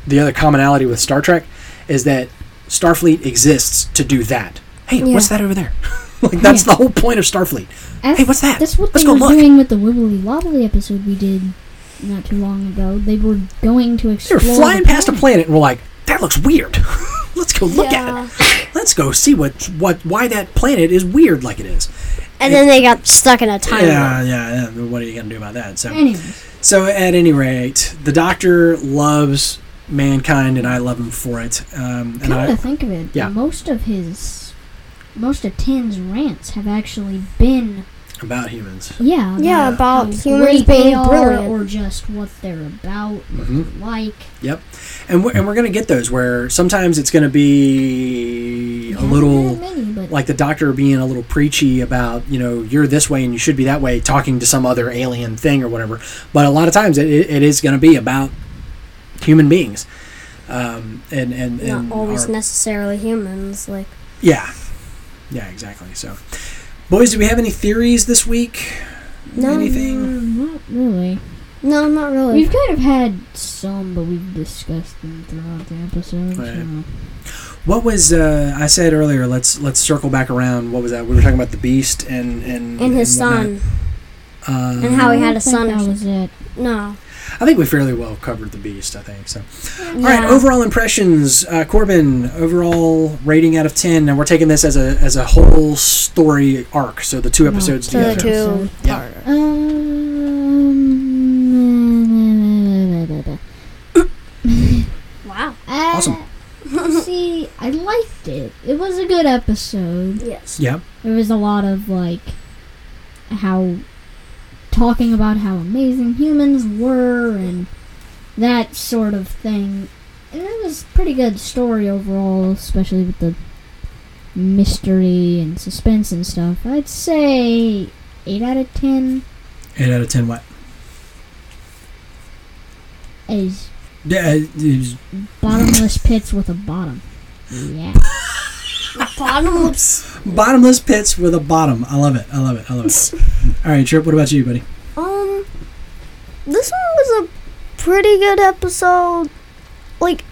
Speaker 1: the other commonality with Star Trek is that Starfleet exists to do that. Hey, what's that over there? like that's the whole point of Starfleet.
Speaker 4: That's-
Speaker 1: Hey, what's that?
Speaker 4: That's what
Speaker 1: Let's
Speaker 4: they
Speaker 1: go
Speaker 4: were
Speaker 1: look.
Speaker 4: doing with the Wibbly Wobbly episode we did not too long ago. They were going to
Speaker 1: They're
Speaker 4: explore.
Speaker 1: flying
Speaker 4: the
Speaker 1: past a planet and we're like, that looks weird. Let's go look at it. Let's let's go see what what why that planet is weird like it is.
Speaker 2: And then they got stuck in a time
Speaker 1: Yeah, yeah, yeah. What are you gonna do about that? So,
Speaker 4: Anyways.
Speaker 1: so at any rate, the Doctor loves mankind, and I love him for it. Um, and
Speaker 4: Come
Speaker 1: I,
Speaker 4: to think of it,
Speaker 1: yeah.
Speaker 4: most of his, most of Tin's rants have actually been,
Speaker 1: about humans.
Speaker 4: yeah,
Speaker 2: Yeah, about
Speaker 4: how
Speaker 2: humans
Speaker 4: great
Speaker 2: being
Speaker 4: they are
Speaker 2: brilliant.
Speaker 4: or just what they're about, what they're like.
Speaker 1: Yep. And we're, and we're gonna get those where sometimes it's gonna be a little.
Speaker 4: Not many, but
Speaker 1: like the doctor being a little preachy about you know you're this way and you should be that way talking to some other alien thing or whatever but a lot of times it, it is going to be about human beings um, and and, and
Speaker 2: Not always
Speaker 1: our-
Speaker 2: necessarily humans. Like
Speaker 1: yeah yeah exactly so boys do we have any theories this week
Speaker 2: no,
Speaker 1: anything
Speaker 4: Mm, not really.
Speaker 2: no, not really.
Speaker 4: We've kind of had some, but we've discussed them throughout the episode.
Speaker 1: Right.
Speaker 4: so-
Speaker 1: what was uh, i said earlier let's let's circle back around what was that we were talking about the beast and and
Speaker 2: and his
Speaker 1: whatnot.
Speaker 2: son,
Speaker 1: um,
Speaker 2: and how he
Speaker 4: I
Speaker 2: had
Speaker 4: don't
Speaker 2: a
Speaker 4: think
Speaker 2: son. or
Speaker 4: That
Speaker 2: something.
Speaker 4: was it.
Speaker 2: No,
Speaker 1: i think we fairly well covered the beast i think so
Speaker 2: yeah.
Speaker 1: All right, overall impressions, uh, Corbin. Overall rating out of ten, and we're taking this as a as a whole story arc, so the two episodes
Speaker 2: Mm-hmm. So the
Speaker 1: together.
Speaker 2: two
Speaker 1: Yeah.
Speaker 2: part.
Speaker 4: Um,
Speaker 2: Wow.
Speaker 4: I-
Speaker 1: Awesome.
Speaker 4: see, I liked it. It was a good episode.
Speaker 2: Yes.
Speaker 1: Yeah,
Speaker 4: There was a lot of like how talking about how amazing humans were and that sort of thing. And it was pretty good story overall, especially with the mystery and suspense and stuff. I'd say eight out of ten
Speaker 1: eight out of ten. What?
Speaker 4: is
Speaker 1: Yeah, uh, it was-
Speaker 4: bottomless pits with a bottom. Yeah.
Speaker 2: Bottomless.
Speaker 1: uh, bottomless pits with a bottom. I love it. I love it. I love it. All right, Trip. What about you, buddy?
Speaker 2: Um, this one was a pretty good episode. Like,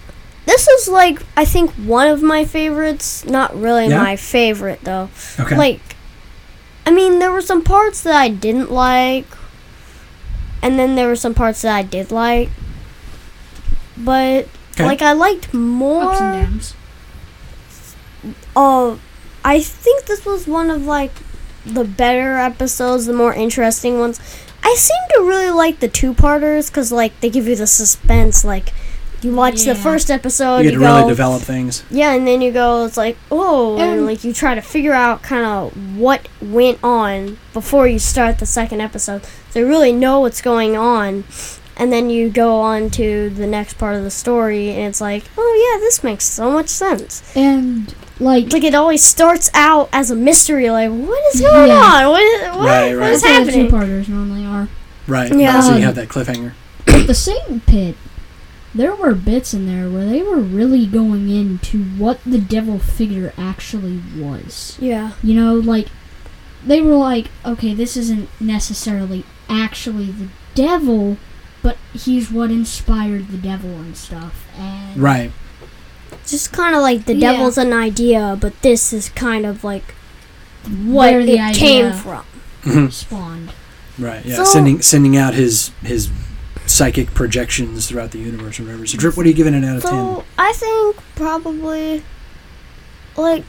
Speaker 2: this is like I think one of my favorites. Not really
Speaker 1: Yeah?
Speaker 2: my favorite though.
Speaker 1: Okay.
Speaker 2: Like, I mean, there were some parts that I didn't like, and then there were some parts that I did like. But
Speaker 1: 'Kay.
Speaker 2: like, I liked more.
Speaker 4: Ups and downs.
Speaker 2: Oh, I think this was one of like the better episodes, the more interesting ones. I seem to really like the two-parters because like they give you the suspense. Like you watch the
Speaker 4: Yeah.
Speaker 2: first episode,
Speaker 1: you
Speaker 2: you,
Speaker 1: get to
Speaker 2: go,
Speaker 1: really develop things.
Speaker 2: yeah, and then you go, it's like oh, and,
Speaker 4: And-
Speaker 2: like you try to figure out kind of what went on before you start the second episode. So you really know what's going on, and then you go on to the next part of the story, and it's like oh yeah, this makes so much sense.
Speaker 4: And like
Speaker 2: It's like it always starts out as a mystery, like what is going
Speaker 4: Yeah.
Speaker 2: on? What is, what,
Speaker 1: Right,
Speaker 2: what
Speaker 1: right.
Speaker 2: is
Speaker 4: that's two
Speaker 2: happening?
Speaker 4: parters normally are.
Speaker 1: Right.
Speaker 2: Yeah.
Speaker 1: So you have that cliffhanger.
Speaker 4: the Satan pit. There were bits in there where they were really going into what the devil figure actually was.
Speaker 2: Yeah,
Speaker 4: You know, like they were like, okay, this isn't necessarily actually the devil, but he's what inspired the devil and stuff. And
Speaker 1: Right.
Speaker 2: just kind of like the
Speaker 4: Yeah.
Speaker 2: devil's an idea, but this is kind of like what
Speaker 4: Where the
Speaker 2: it came
Speaker 4: idea-
Speaker 2: from.
Speaker 4: spawned.
Speaker 1: Mm-hmm. Right. Yeah.
Speaker 2: So-
Speaker 1: sending sending out his his psychic projections throughout the universe or whatever. So, Trip, what are you giving it out of ten?
Speaker 2: So I think probably like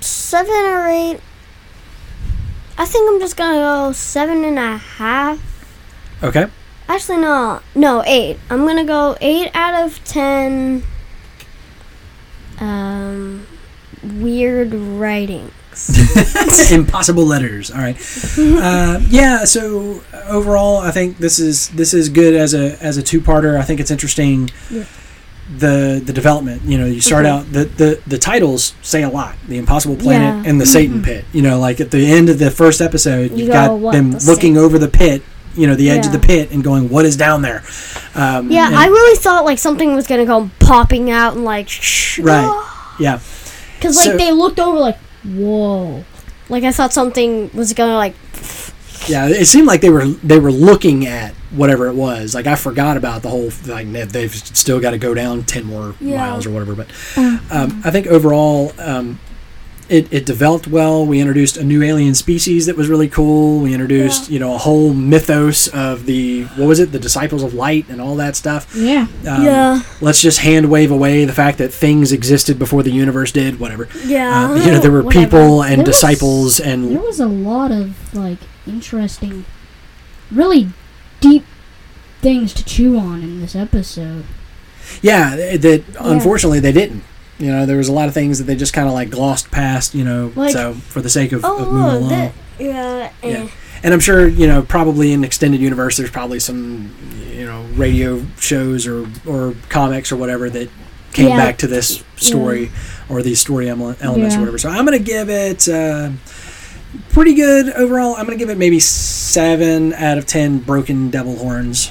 Speaker 2: seven or eight. I think I'm just gonna go seven and a half.
Speaker 1: Okay.
Speaker 2: Actually, no, no, eight. I'm gonna go eight out of ten. Um, weird writings.
Speaker 1: impossible letters all right uh, yeah so uh, overall i think this is this is good as a as a two-parter i think it's interesting the the development you know you start out the, the the titles say a lot the impossible planet
Speaker 2: Yeah. Mm-hmm.
Speaker 1: and the satan pit you know like at the end of the first episode
Speaker 2: You
Speaker 1: you've
Speaker 2: go,
Speaker 1: got
Speaker 2: "What
Speaker 1: them
Speaker 2: the
Speaker 1: looking
Speaker 2: Satan?"
Speaker 1: over the pit you know the edge of
Speaker 2: Yeah.
Speaker 1: the pit and going what is down there um,
Speaker 2: yeah,
Speaker 1: and-
Speaker 2: I really thought like something was gonna go popping out and like shh,
Speaker 1: right yeah
Speaker 2: because like
Speaker 1: So-
Speaker 2: they looked over like
Speaker 4: Whoa.
Speaker 2: like I thought something was gonna like
Speaker 1: Yeah, it seemed like they were they were looking at whatever it was. Like I forgot about the whole like they- they've
Speaker 2: Uh-huh.
Speaker 1: still got to go down ten more miles or whatever. But um, I think overall, um, it, it developed well. We introduced a new alien species that was really cool. We introduced, you know, a whole mythos of the what was it, the disciples of light and all that stuff.
Speaker 4: Yeah.
Speaker 1: Um,
Speaker 2: Yeah.
Speaker 1: Let's just hand wave away the fact that things existed before the universe did. Whatever.
Speaker 2: Yeah.
Speaker 1: Uh, you know, there were
Speaker 2: Uh-huh. Whatever.
Speaker 1: people and
Speaker 4: There was-
Speaker 1: disciples and
Speaker 4: There was a lot of like interesting, really deep things to chew on in this episode.
Speaker 1: Yeah, th- that unfortunately they didn't. You know, there was a lot of things that they just kind of like glossed past. You know,
Speaker 2: Like-
Speaker 1: so for the sake of,
Speaker 2: Oh,
Speaker 1: of moving
Speaker 2: look,
Speaker 1: along.
Speaker 2: that, yeah, eh.
Speaker 1: Yeah. And I'm sure you know, probably in extended universe, there's probably some you know radio shows or or comics or whatever that came
Speaker 4: Yeah.
Speaker 1: back to this story or these story emel- elements
Speaker 4: Yeah.
Speaker 1: or whatever. So I'm gonna give it. Uh, Pretty good overall. I'm gonna give it maybe seven out of ten broken devil horns.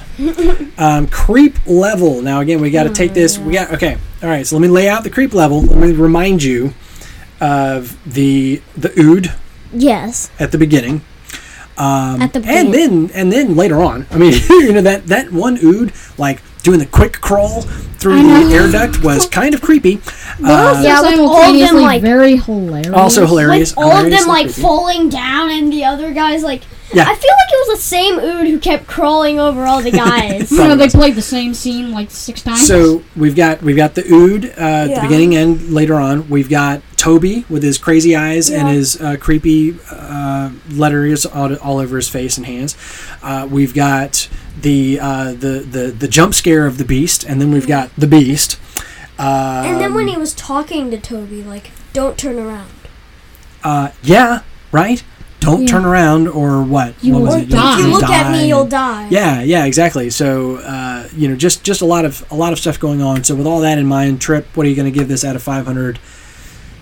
Speaker 1: um, creep level. Now again, we got to take this. We got okay. All right. So let me lay out the creep level. Let me remind you of the the ood
Speaker 2: Yes.
Speaker 1: at the beginning. Um,
Speaker 2: At the
Speaker 1: and then and then later on, I mean, you know that that one ood like doing the quick crawl through the air duct was kind of creepy. Uh,
Speaker 2: Yeah, with all of them,
Speaker 4: Simultaneously
Speaker 2: like-
Speaker 4: very hilarious.
Speaker 1: also hilarious.
Speaker 2: Like all of them
Speaker 1: hilariously
Speaker 2: like
Speaker 1: creepy.
Speaker 2: falling down and the other guys like
Speaker 1: Yeah.
Speaker 2: I feel like it was the same Ood who kept crawling over all the guys.
Speaker 4: You know, they played the same scene like six times.
Speaker 1: So we've got we've got the ood uh, at the
Speaker 2: Yeah.
Speaker 1: beginning and later on. We've got Toby with his crazy eyes and his uh, creepy uh, letters all, all over his face and hands. Uh, we've got the, uh, the the the jump scare of the beast, and then we've got the beast. Uh,
Speaker 2: Mm. and then when he was talking to Toby, like, don't turn around.
Speaker 1: uh, yeah, right. Don't turn around or what?
Speaker 4: You
Speaker 1: What was
Speaker 4: will
Speaker 1: it? You'll-
Speaker 4: die.
Speaker 2: If you
Speaker 1: Ah, you'll
Speaker 2: look at me,
Speaker 1: die.
Speaker 2: you'll die.
Speaker 1: Yeah, yeah, exactly. So uh, you know, just just a lot of a lot of stuff going on. So with all that in mind, Trip, what are you going to give this out of five hundred?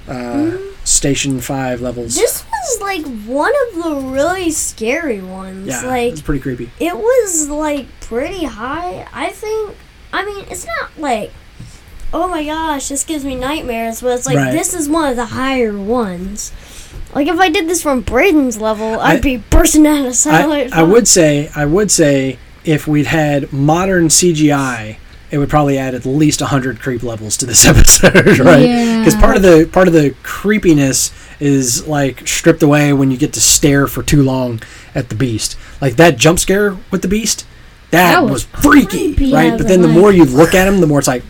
Speaker 1: Uh, Station five levels.
Speaker 2: Mm-hmm. This was like one of the really scary ones.
Speaker 1: yeah,
Speaker 2: Like
Speaker 1: it's pretty creepy.
Speaker 2: it was like pretty high. I think. I mean, it's not like, oh my gosh, this gives me nightmares. But it's like
Speaker 1: Right.
Speaker 2: this is one of the higher ones. Like if I did this from Braden's level,
Speaker 1: I-
Speaker 2: I'd be bursting out of
Speaker 1: I,
Speaker 2: silent.
Speaker 1: I would say I would say if we'd had modern CGI, it would probably add at least hundred creep levels to this episode, right? Because
Speaker 4: Yeah.
Speaker 1: part of the part of the creepiness is like stripped away when you get to stare for too long at the beast. Like that jump scare with the beast, that,
Speaker 4: That
Speaker 1: was,
Speaker 4: was
Speaker 1: freaky,
Speaker 4: creepy
Speaker 1: right?
Speaker 4: as
Speaker 1: But
Speaker 4: a
Speaker 1: then the
Speaker 4: mite.
Speaker 1: more you look at him, the more it's like,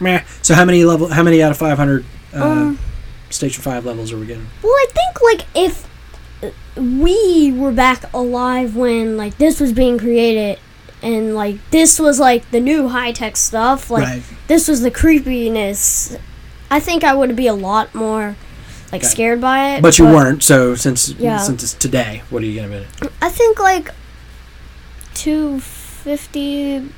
Speaker 1: meh. So how many level? How many out of five hundred? Uh,
Speaker 2: Um,
Speaker 1: Station five levels are we getting?
Speaker 2: Well, I think like if we were back alive when like this was being created and like this was like the new high-tech stuff like
Speaker 1: Right.
Speaker 2: this was the creepiness i think i would be a lot more like
Speaker 1: Okay.
Speaker 2: scared by it
Speaker 1: But you weren't. So since
Speaker 2: eh, Yeah.
Speaker 1: since it's today, what are you gonna be?
Speaker 2: i think like 250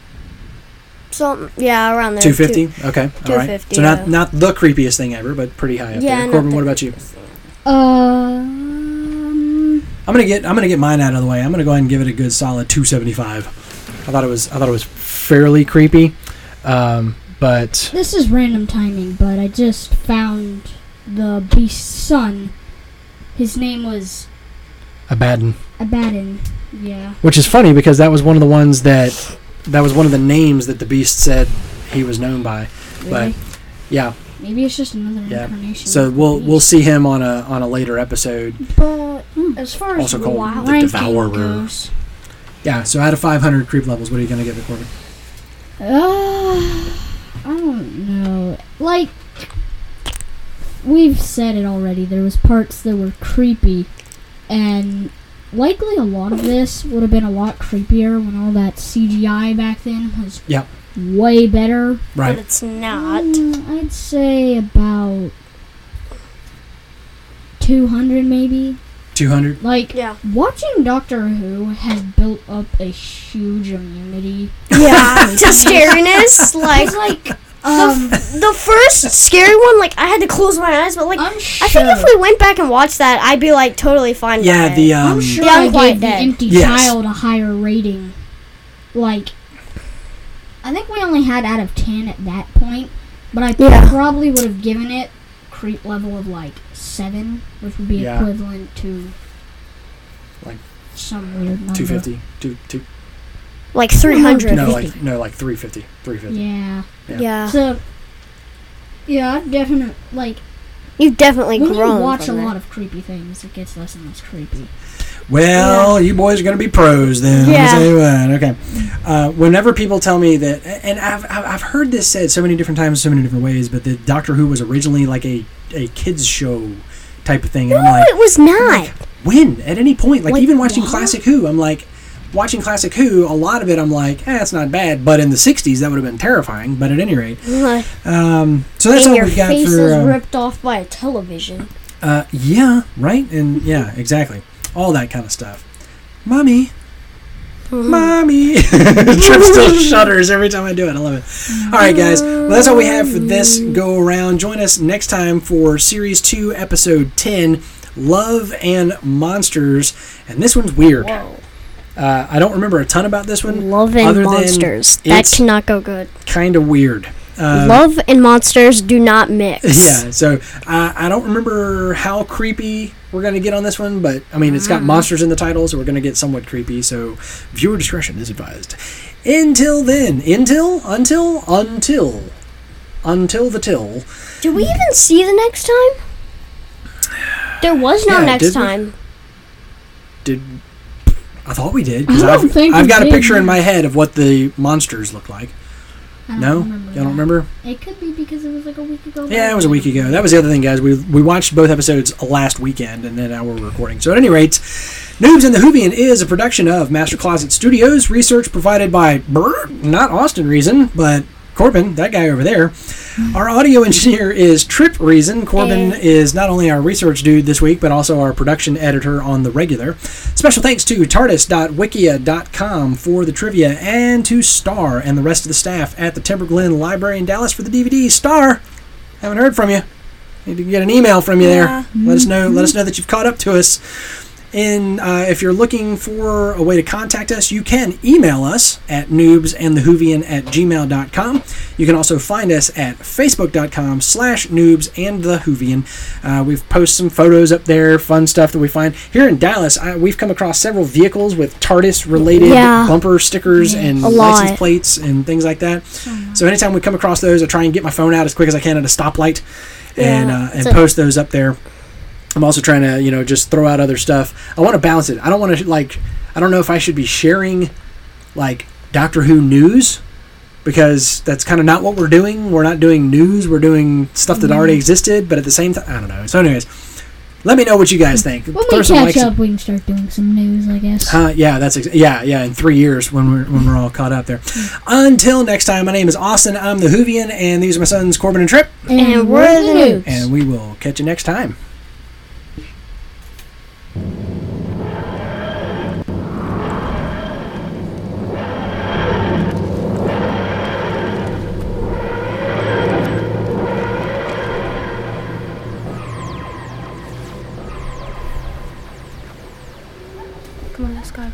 Speaker 2: something yeah around there
Speaker 1: Two fifty. Okay. All right.
Speaker 2: 250,
Speaker 1: So not
Speaker 2: yeah.
Speaker 1: not the creepiest thing ever, but pretty high up
Speaker 2: Yeah,
Speaker 1: there.
Speaker 2: not
Speaker 1: Corbin,
Speaker 2: the
Speaker 1: what about you?
Speaker 4: um,
Speaker 1: I'm gonna get I'm gonna get mine out of the way. I'm gonna go ahead and give it a good solid 275. I thought it was I thought it was fairly creepy, um, but
Speaker 4: this is random timing, but I just found the beast's son. His name was
Speaker 1: Abaddon,
Speaker 4: Abaddon. Yeah.
Speaker 1: which is funny because that was one of the ones that that was one of the names that the beast said he was known by. But
Speaker 4: Really?
Speaker 1: yeah,
Speaker 4: Maybe it's just another
Speaker 1: Yeah.
Speaker 4: incarnation.
Speaker 1: so
Speaker 4: of the
Speaker 1: we'll we'll
Speaker 4: beast.
Speaker 1: see him on a on a later episode.
Speaker 2: but as far as
Speaker 1: Also called
Speaker 2: wow
Speaker 1: the
Speaker 4: Ranking
Speaker 1: Devourer.
Speaker 4: goes.
Speaker 1: Yeah. So out of 500 creep levels, what are you gonna give it, Corbin?
Speaker 4: Uh, I don't know. Like, we've said it already. There was parts that were creepy, and likely a lot of this would have been a lot creepier when all that CGI back then was
Speaker 1: Yep.
Speaker 4: way better.
Speaker 2: but
Speaker 1: Right.
Speaker 2: it's not
Speaker 4: Mm, I'd say about two hundred, maybe.
Speaker 1: 200.
Speaker 4: Like
Speaker 2: yeah
Speaker 4: watching Doctor Who has built up a huge immunity.
Speaker 2: yeah to scariness like like
Speaker 4: Um,
Speaker 2: the first scary one, like I had to close my eyes, but like
Speaker 4: I'm
Speaker 2: I think if
Speaker 4: sure-
Speaker 2: we went back and watched that, I'd be like totally fine. with
Speaker 1: Yeah.
Speaker 2: it.
Speaker 1: The um.
Speaker 4: I'm sure
Speaker 2: The
Speaker 4: I
Speaker 2: Unquiet
Speaker 4: gave the
Speaker 2: Dead.
Speaker 4: empty
Speaker 1: Yes.
Speaker 4: child a higher rating. Like, I think we only had out of ten at that point, but I
Speaker 2: Yeah.
Speaker 4: probably would have given it creep level of like seven, which would be
Speaker 1: Yeah.
Speaker 4: equivalent to
Speaker 1: Like
Speaker 4: some weird number.
Speaker 1: 250. Two, two,
Speaker 2: like three hundred.
Speaker 1: no,
Speaker 4: 350.
Speaker 1: like no, like 350. 350.
Speaker 4: Yeah.
Speaker 1: Yeah.
Speaker 2: yeah.
Speaker 4: So, yeah, definitely. Like,
Speaker 2: You've definitely
Speaker 4: when
Speaker 2: grown.
Speaker 4: you watch a
Speaker 2: from that.
Speaker 4: lot of creepy things, it gets less and less creepy.
Speaker 1: Well, you boys are going to be pros then. Let me
Speaker 4: Yeah.
Speaker 1: tell you what. Okay. Uh, whenever people tell me that, and I've, I've I've heard this said so many different times, so many different ways, but that Doctor Who was originally like a, a kids show type of thing. And I'm
Speaker 2: No,
Speaker 1: like,
Speaker 2: it was not.
Speaker 1: when? At any point? Like,
Speaker 2: Like,
Speaker 1: even watching
Speaker 2: what?
Speaker 1: Classic Who, I'm like, watching Classic Who, a lot of it, I'm like, eh, it's not bad. But in the 60s, that would have been terrifying. But at any rate.
Speaker 2: Ugh.
Speaker 1: Um, so that's
Speaker 2: and
Speaker 1: all
Speaker 2: your
Speaker 1: we've got
Speaker 2: face
Speaker 1: for.
Speaker 2: is
Speaker 1: um,
Speaker 2: ripped off by a television.
Speaker 1: uh, yeah, right? And yeah, exactly. All that kind of stuff. Mommy.
Speaker 2: Mm-hmm.
Speaker 1: Mommy. Trip still shudders every time I do it. I love it. All right, guys. Well, that's all we have for this
Speaker 2: Mm-hmm.
Speaker 1: go around. Join us next time for Series 2, Episode 10 Love and Monsters. And this one's weird. Uh, I don't remember a ton about this one.
Speaker 2: Love and monsters. That
Speaker 1: That's
Speaker 2: cannot go good.
Speaker 1: kind of weird. Um,
Speaker 2: Love and monsters do not mix.
Speaker 1: yeah, so uh, I don't remember how creepy we're going to get on this one, but I mean, it's got
Speaker 4: Mm.
Speaker 1: monsters in the title, so we're going to get somewhat creepy, so viewer discretion is advised. Until then, until, until, until, until the till.
Speaker 2: Do we even see the next time? There was no
Speaker 1: Yeah,
Speaker 2: next
Speaker 1: did we?
Speaker 2: time.
Speaker 1: Did. I thought we did, because
Speaker 4: I don't
Speaker 1: I've,
Speaker 4: think
Speaker 1: I've
Speaker 4: we
Speaker 1: got a
Speaker 4: did.
Speaker 1: picture in my head of what the monsters look like.
Speaker 4: I don't
Speaker 1: No?
Speaker 4: remember
Speaker 1: Y'all don't
Speaker 4: that.
Speaker 1: remember?
Speaker 4: It could be because it was like a week ago.
Speaker 1: Yeah,
Speaker 4: but-
Speaker 1: it was a week ago. That was the other thing, guys. We we watched both episodes last weekend, and then now we're recording. So at any rate, Noobs and the Hoobian is a production of Master Closet Studios. Research provided by brr, not Austin Reason, but Corbin, that guy over there. Our audio engineer is Trip Reason. Corbin is not only our research dude this week, but also our production editor on the regular. Special thanks to TARDIS.wikia.com for the trivia, and to Star and the rest of the staff at the Timber Glen Library in Dallas for the DVD. Star, haven't heard from you. Need to get an email from you there. Let us know. Let us know that you've caught up to us. And uh, if you're looking for a way to contact us, you can email us at noobsandthehoovian at gmail.com. You can also find us at facebook.com slash noobsandthehoovian. Uh, we've posted some photos up there, fun stuff that we find. Here in Dallas, I, we've come across several vehicles with TARDIS-related
Speaker 2: Yeah.
Speaker 1: bumper stickers and
Speaker 2: A
Speaker 1: license
Speaker 2: lot. Oh,
Speaker 1: plates and things like that. So anytime we come across those, I try and get my phone out as quick as I can at a stoplight and
Speaker 2: Yeah,
Speaker 1: uh, and
Speaker 2: so-
Speaker 1: post those up there. I'm also trying to you know just throw out other stuff. I want to balance it. I don't want to like I don't know if I should be sharing like Doctor Who news because that's kind of not what we're doing. We're not doing news. We're doing stuff that
Speaker 2: Mm-hmm.
Speaker 1: already existed, but at the same time, I don't know. So, anyways, let me know what you guys think.
Speaker 4: When
Speaker 1: Throw
Speaker 4: we
Speaker 1: some
Speaker 4: catch
Speaker 1: likes-
Speaker 4: up, we can start doing some news, I guess.
Speaker 1: Huh, yeah, that's ex- yeah, yeah. In three years, when we're when we're all caught up there. Until next time, my name is Austin. I'm the Hoovian, and these are my sons Corbin and Trip.
Speaker 2: And we're the news.
Speaker 1: And we will catch you next time.
Speaker 5: Come on, let's go.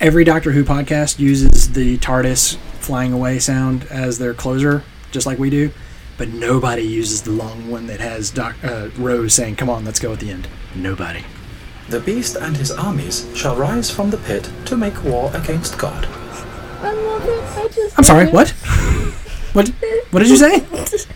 Speaker 1: Every Doctor Who podcast uses the TARDIS flying away sound as their closer, just like we do, but nobody uses the long one that has Doc, uh, Rose saying, "Come on, let's go" at the end. Nobody.
Speaker 3: The beast and his armies shall rise from the pit to make war against God.
Speaker 1: I'm sorry. What? What? What did you say?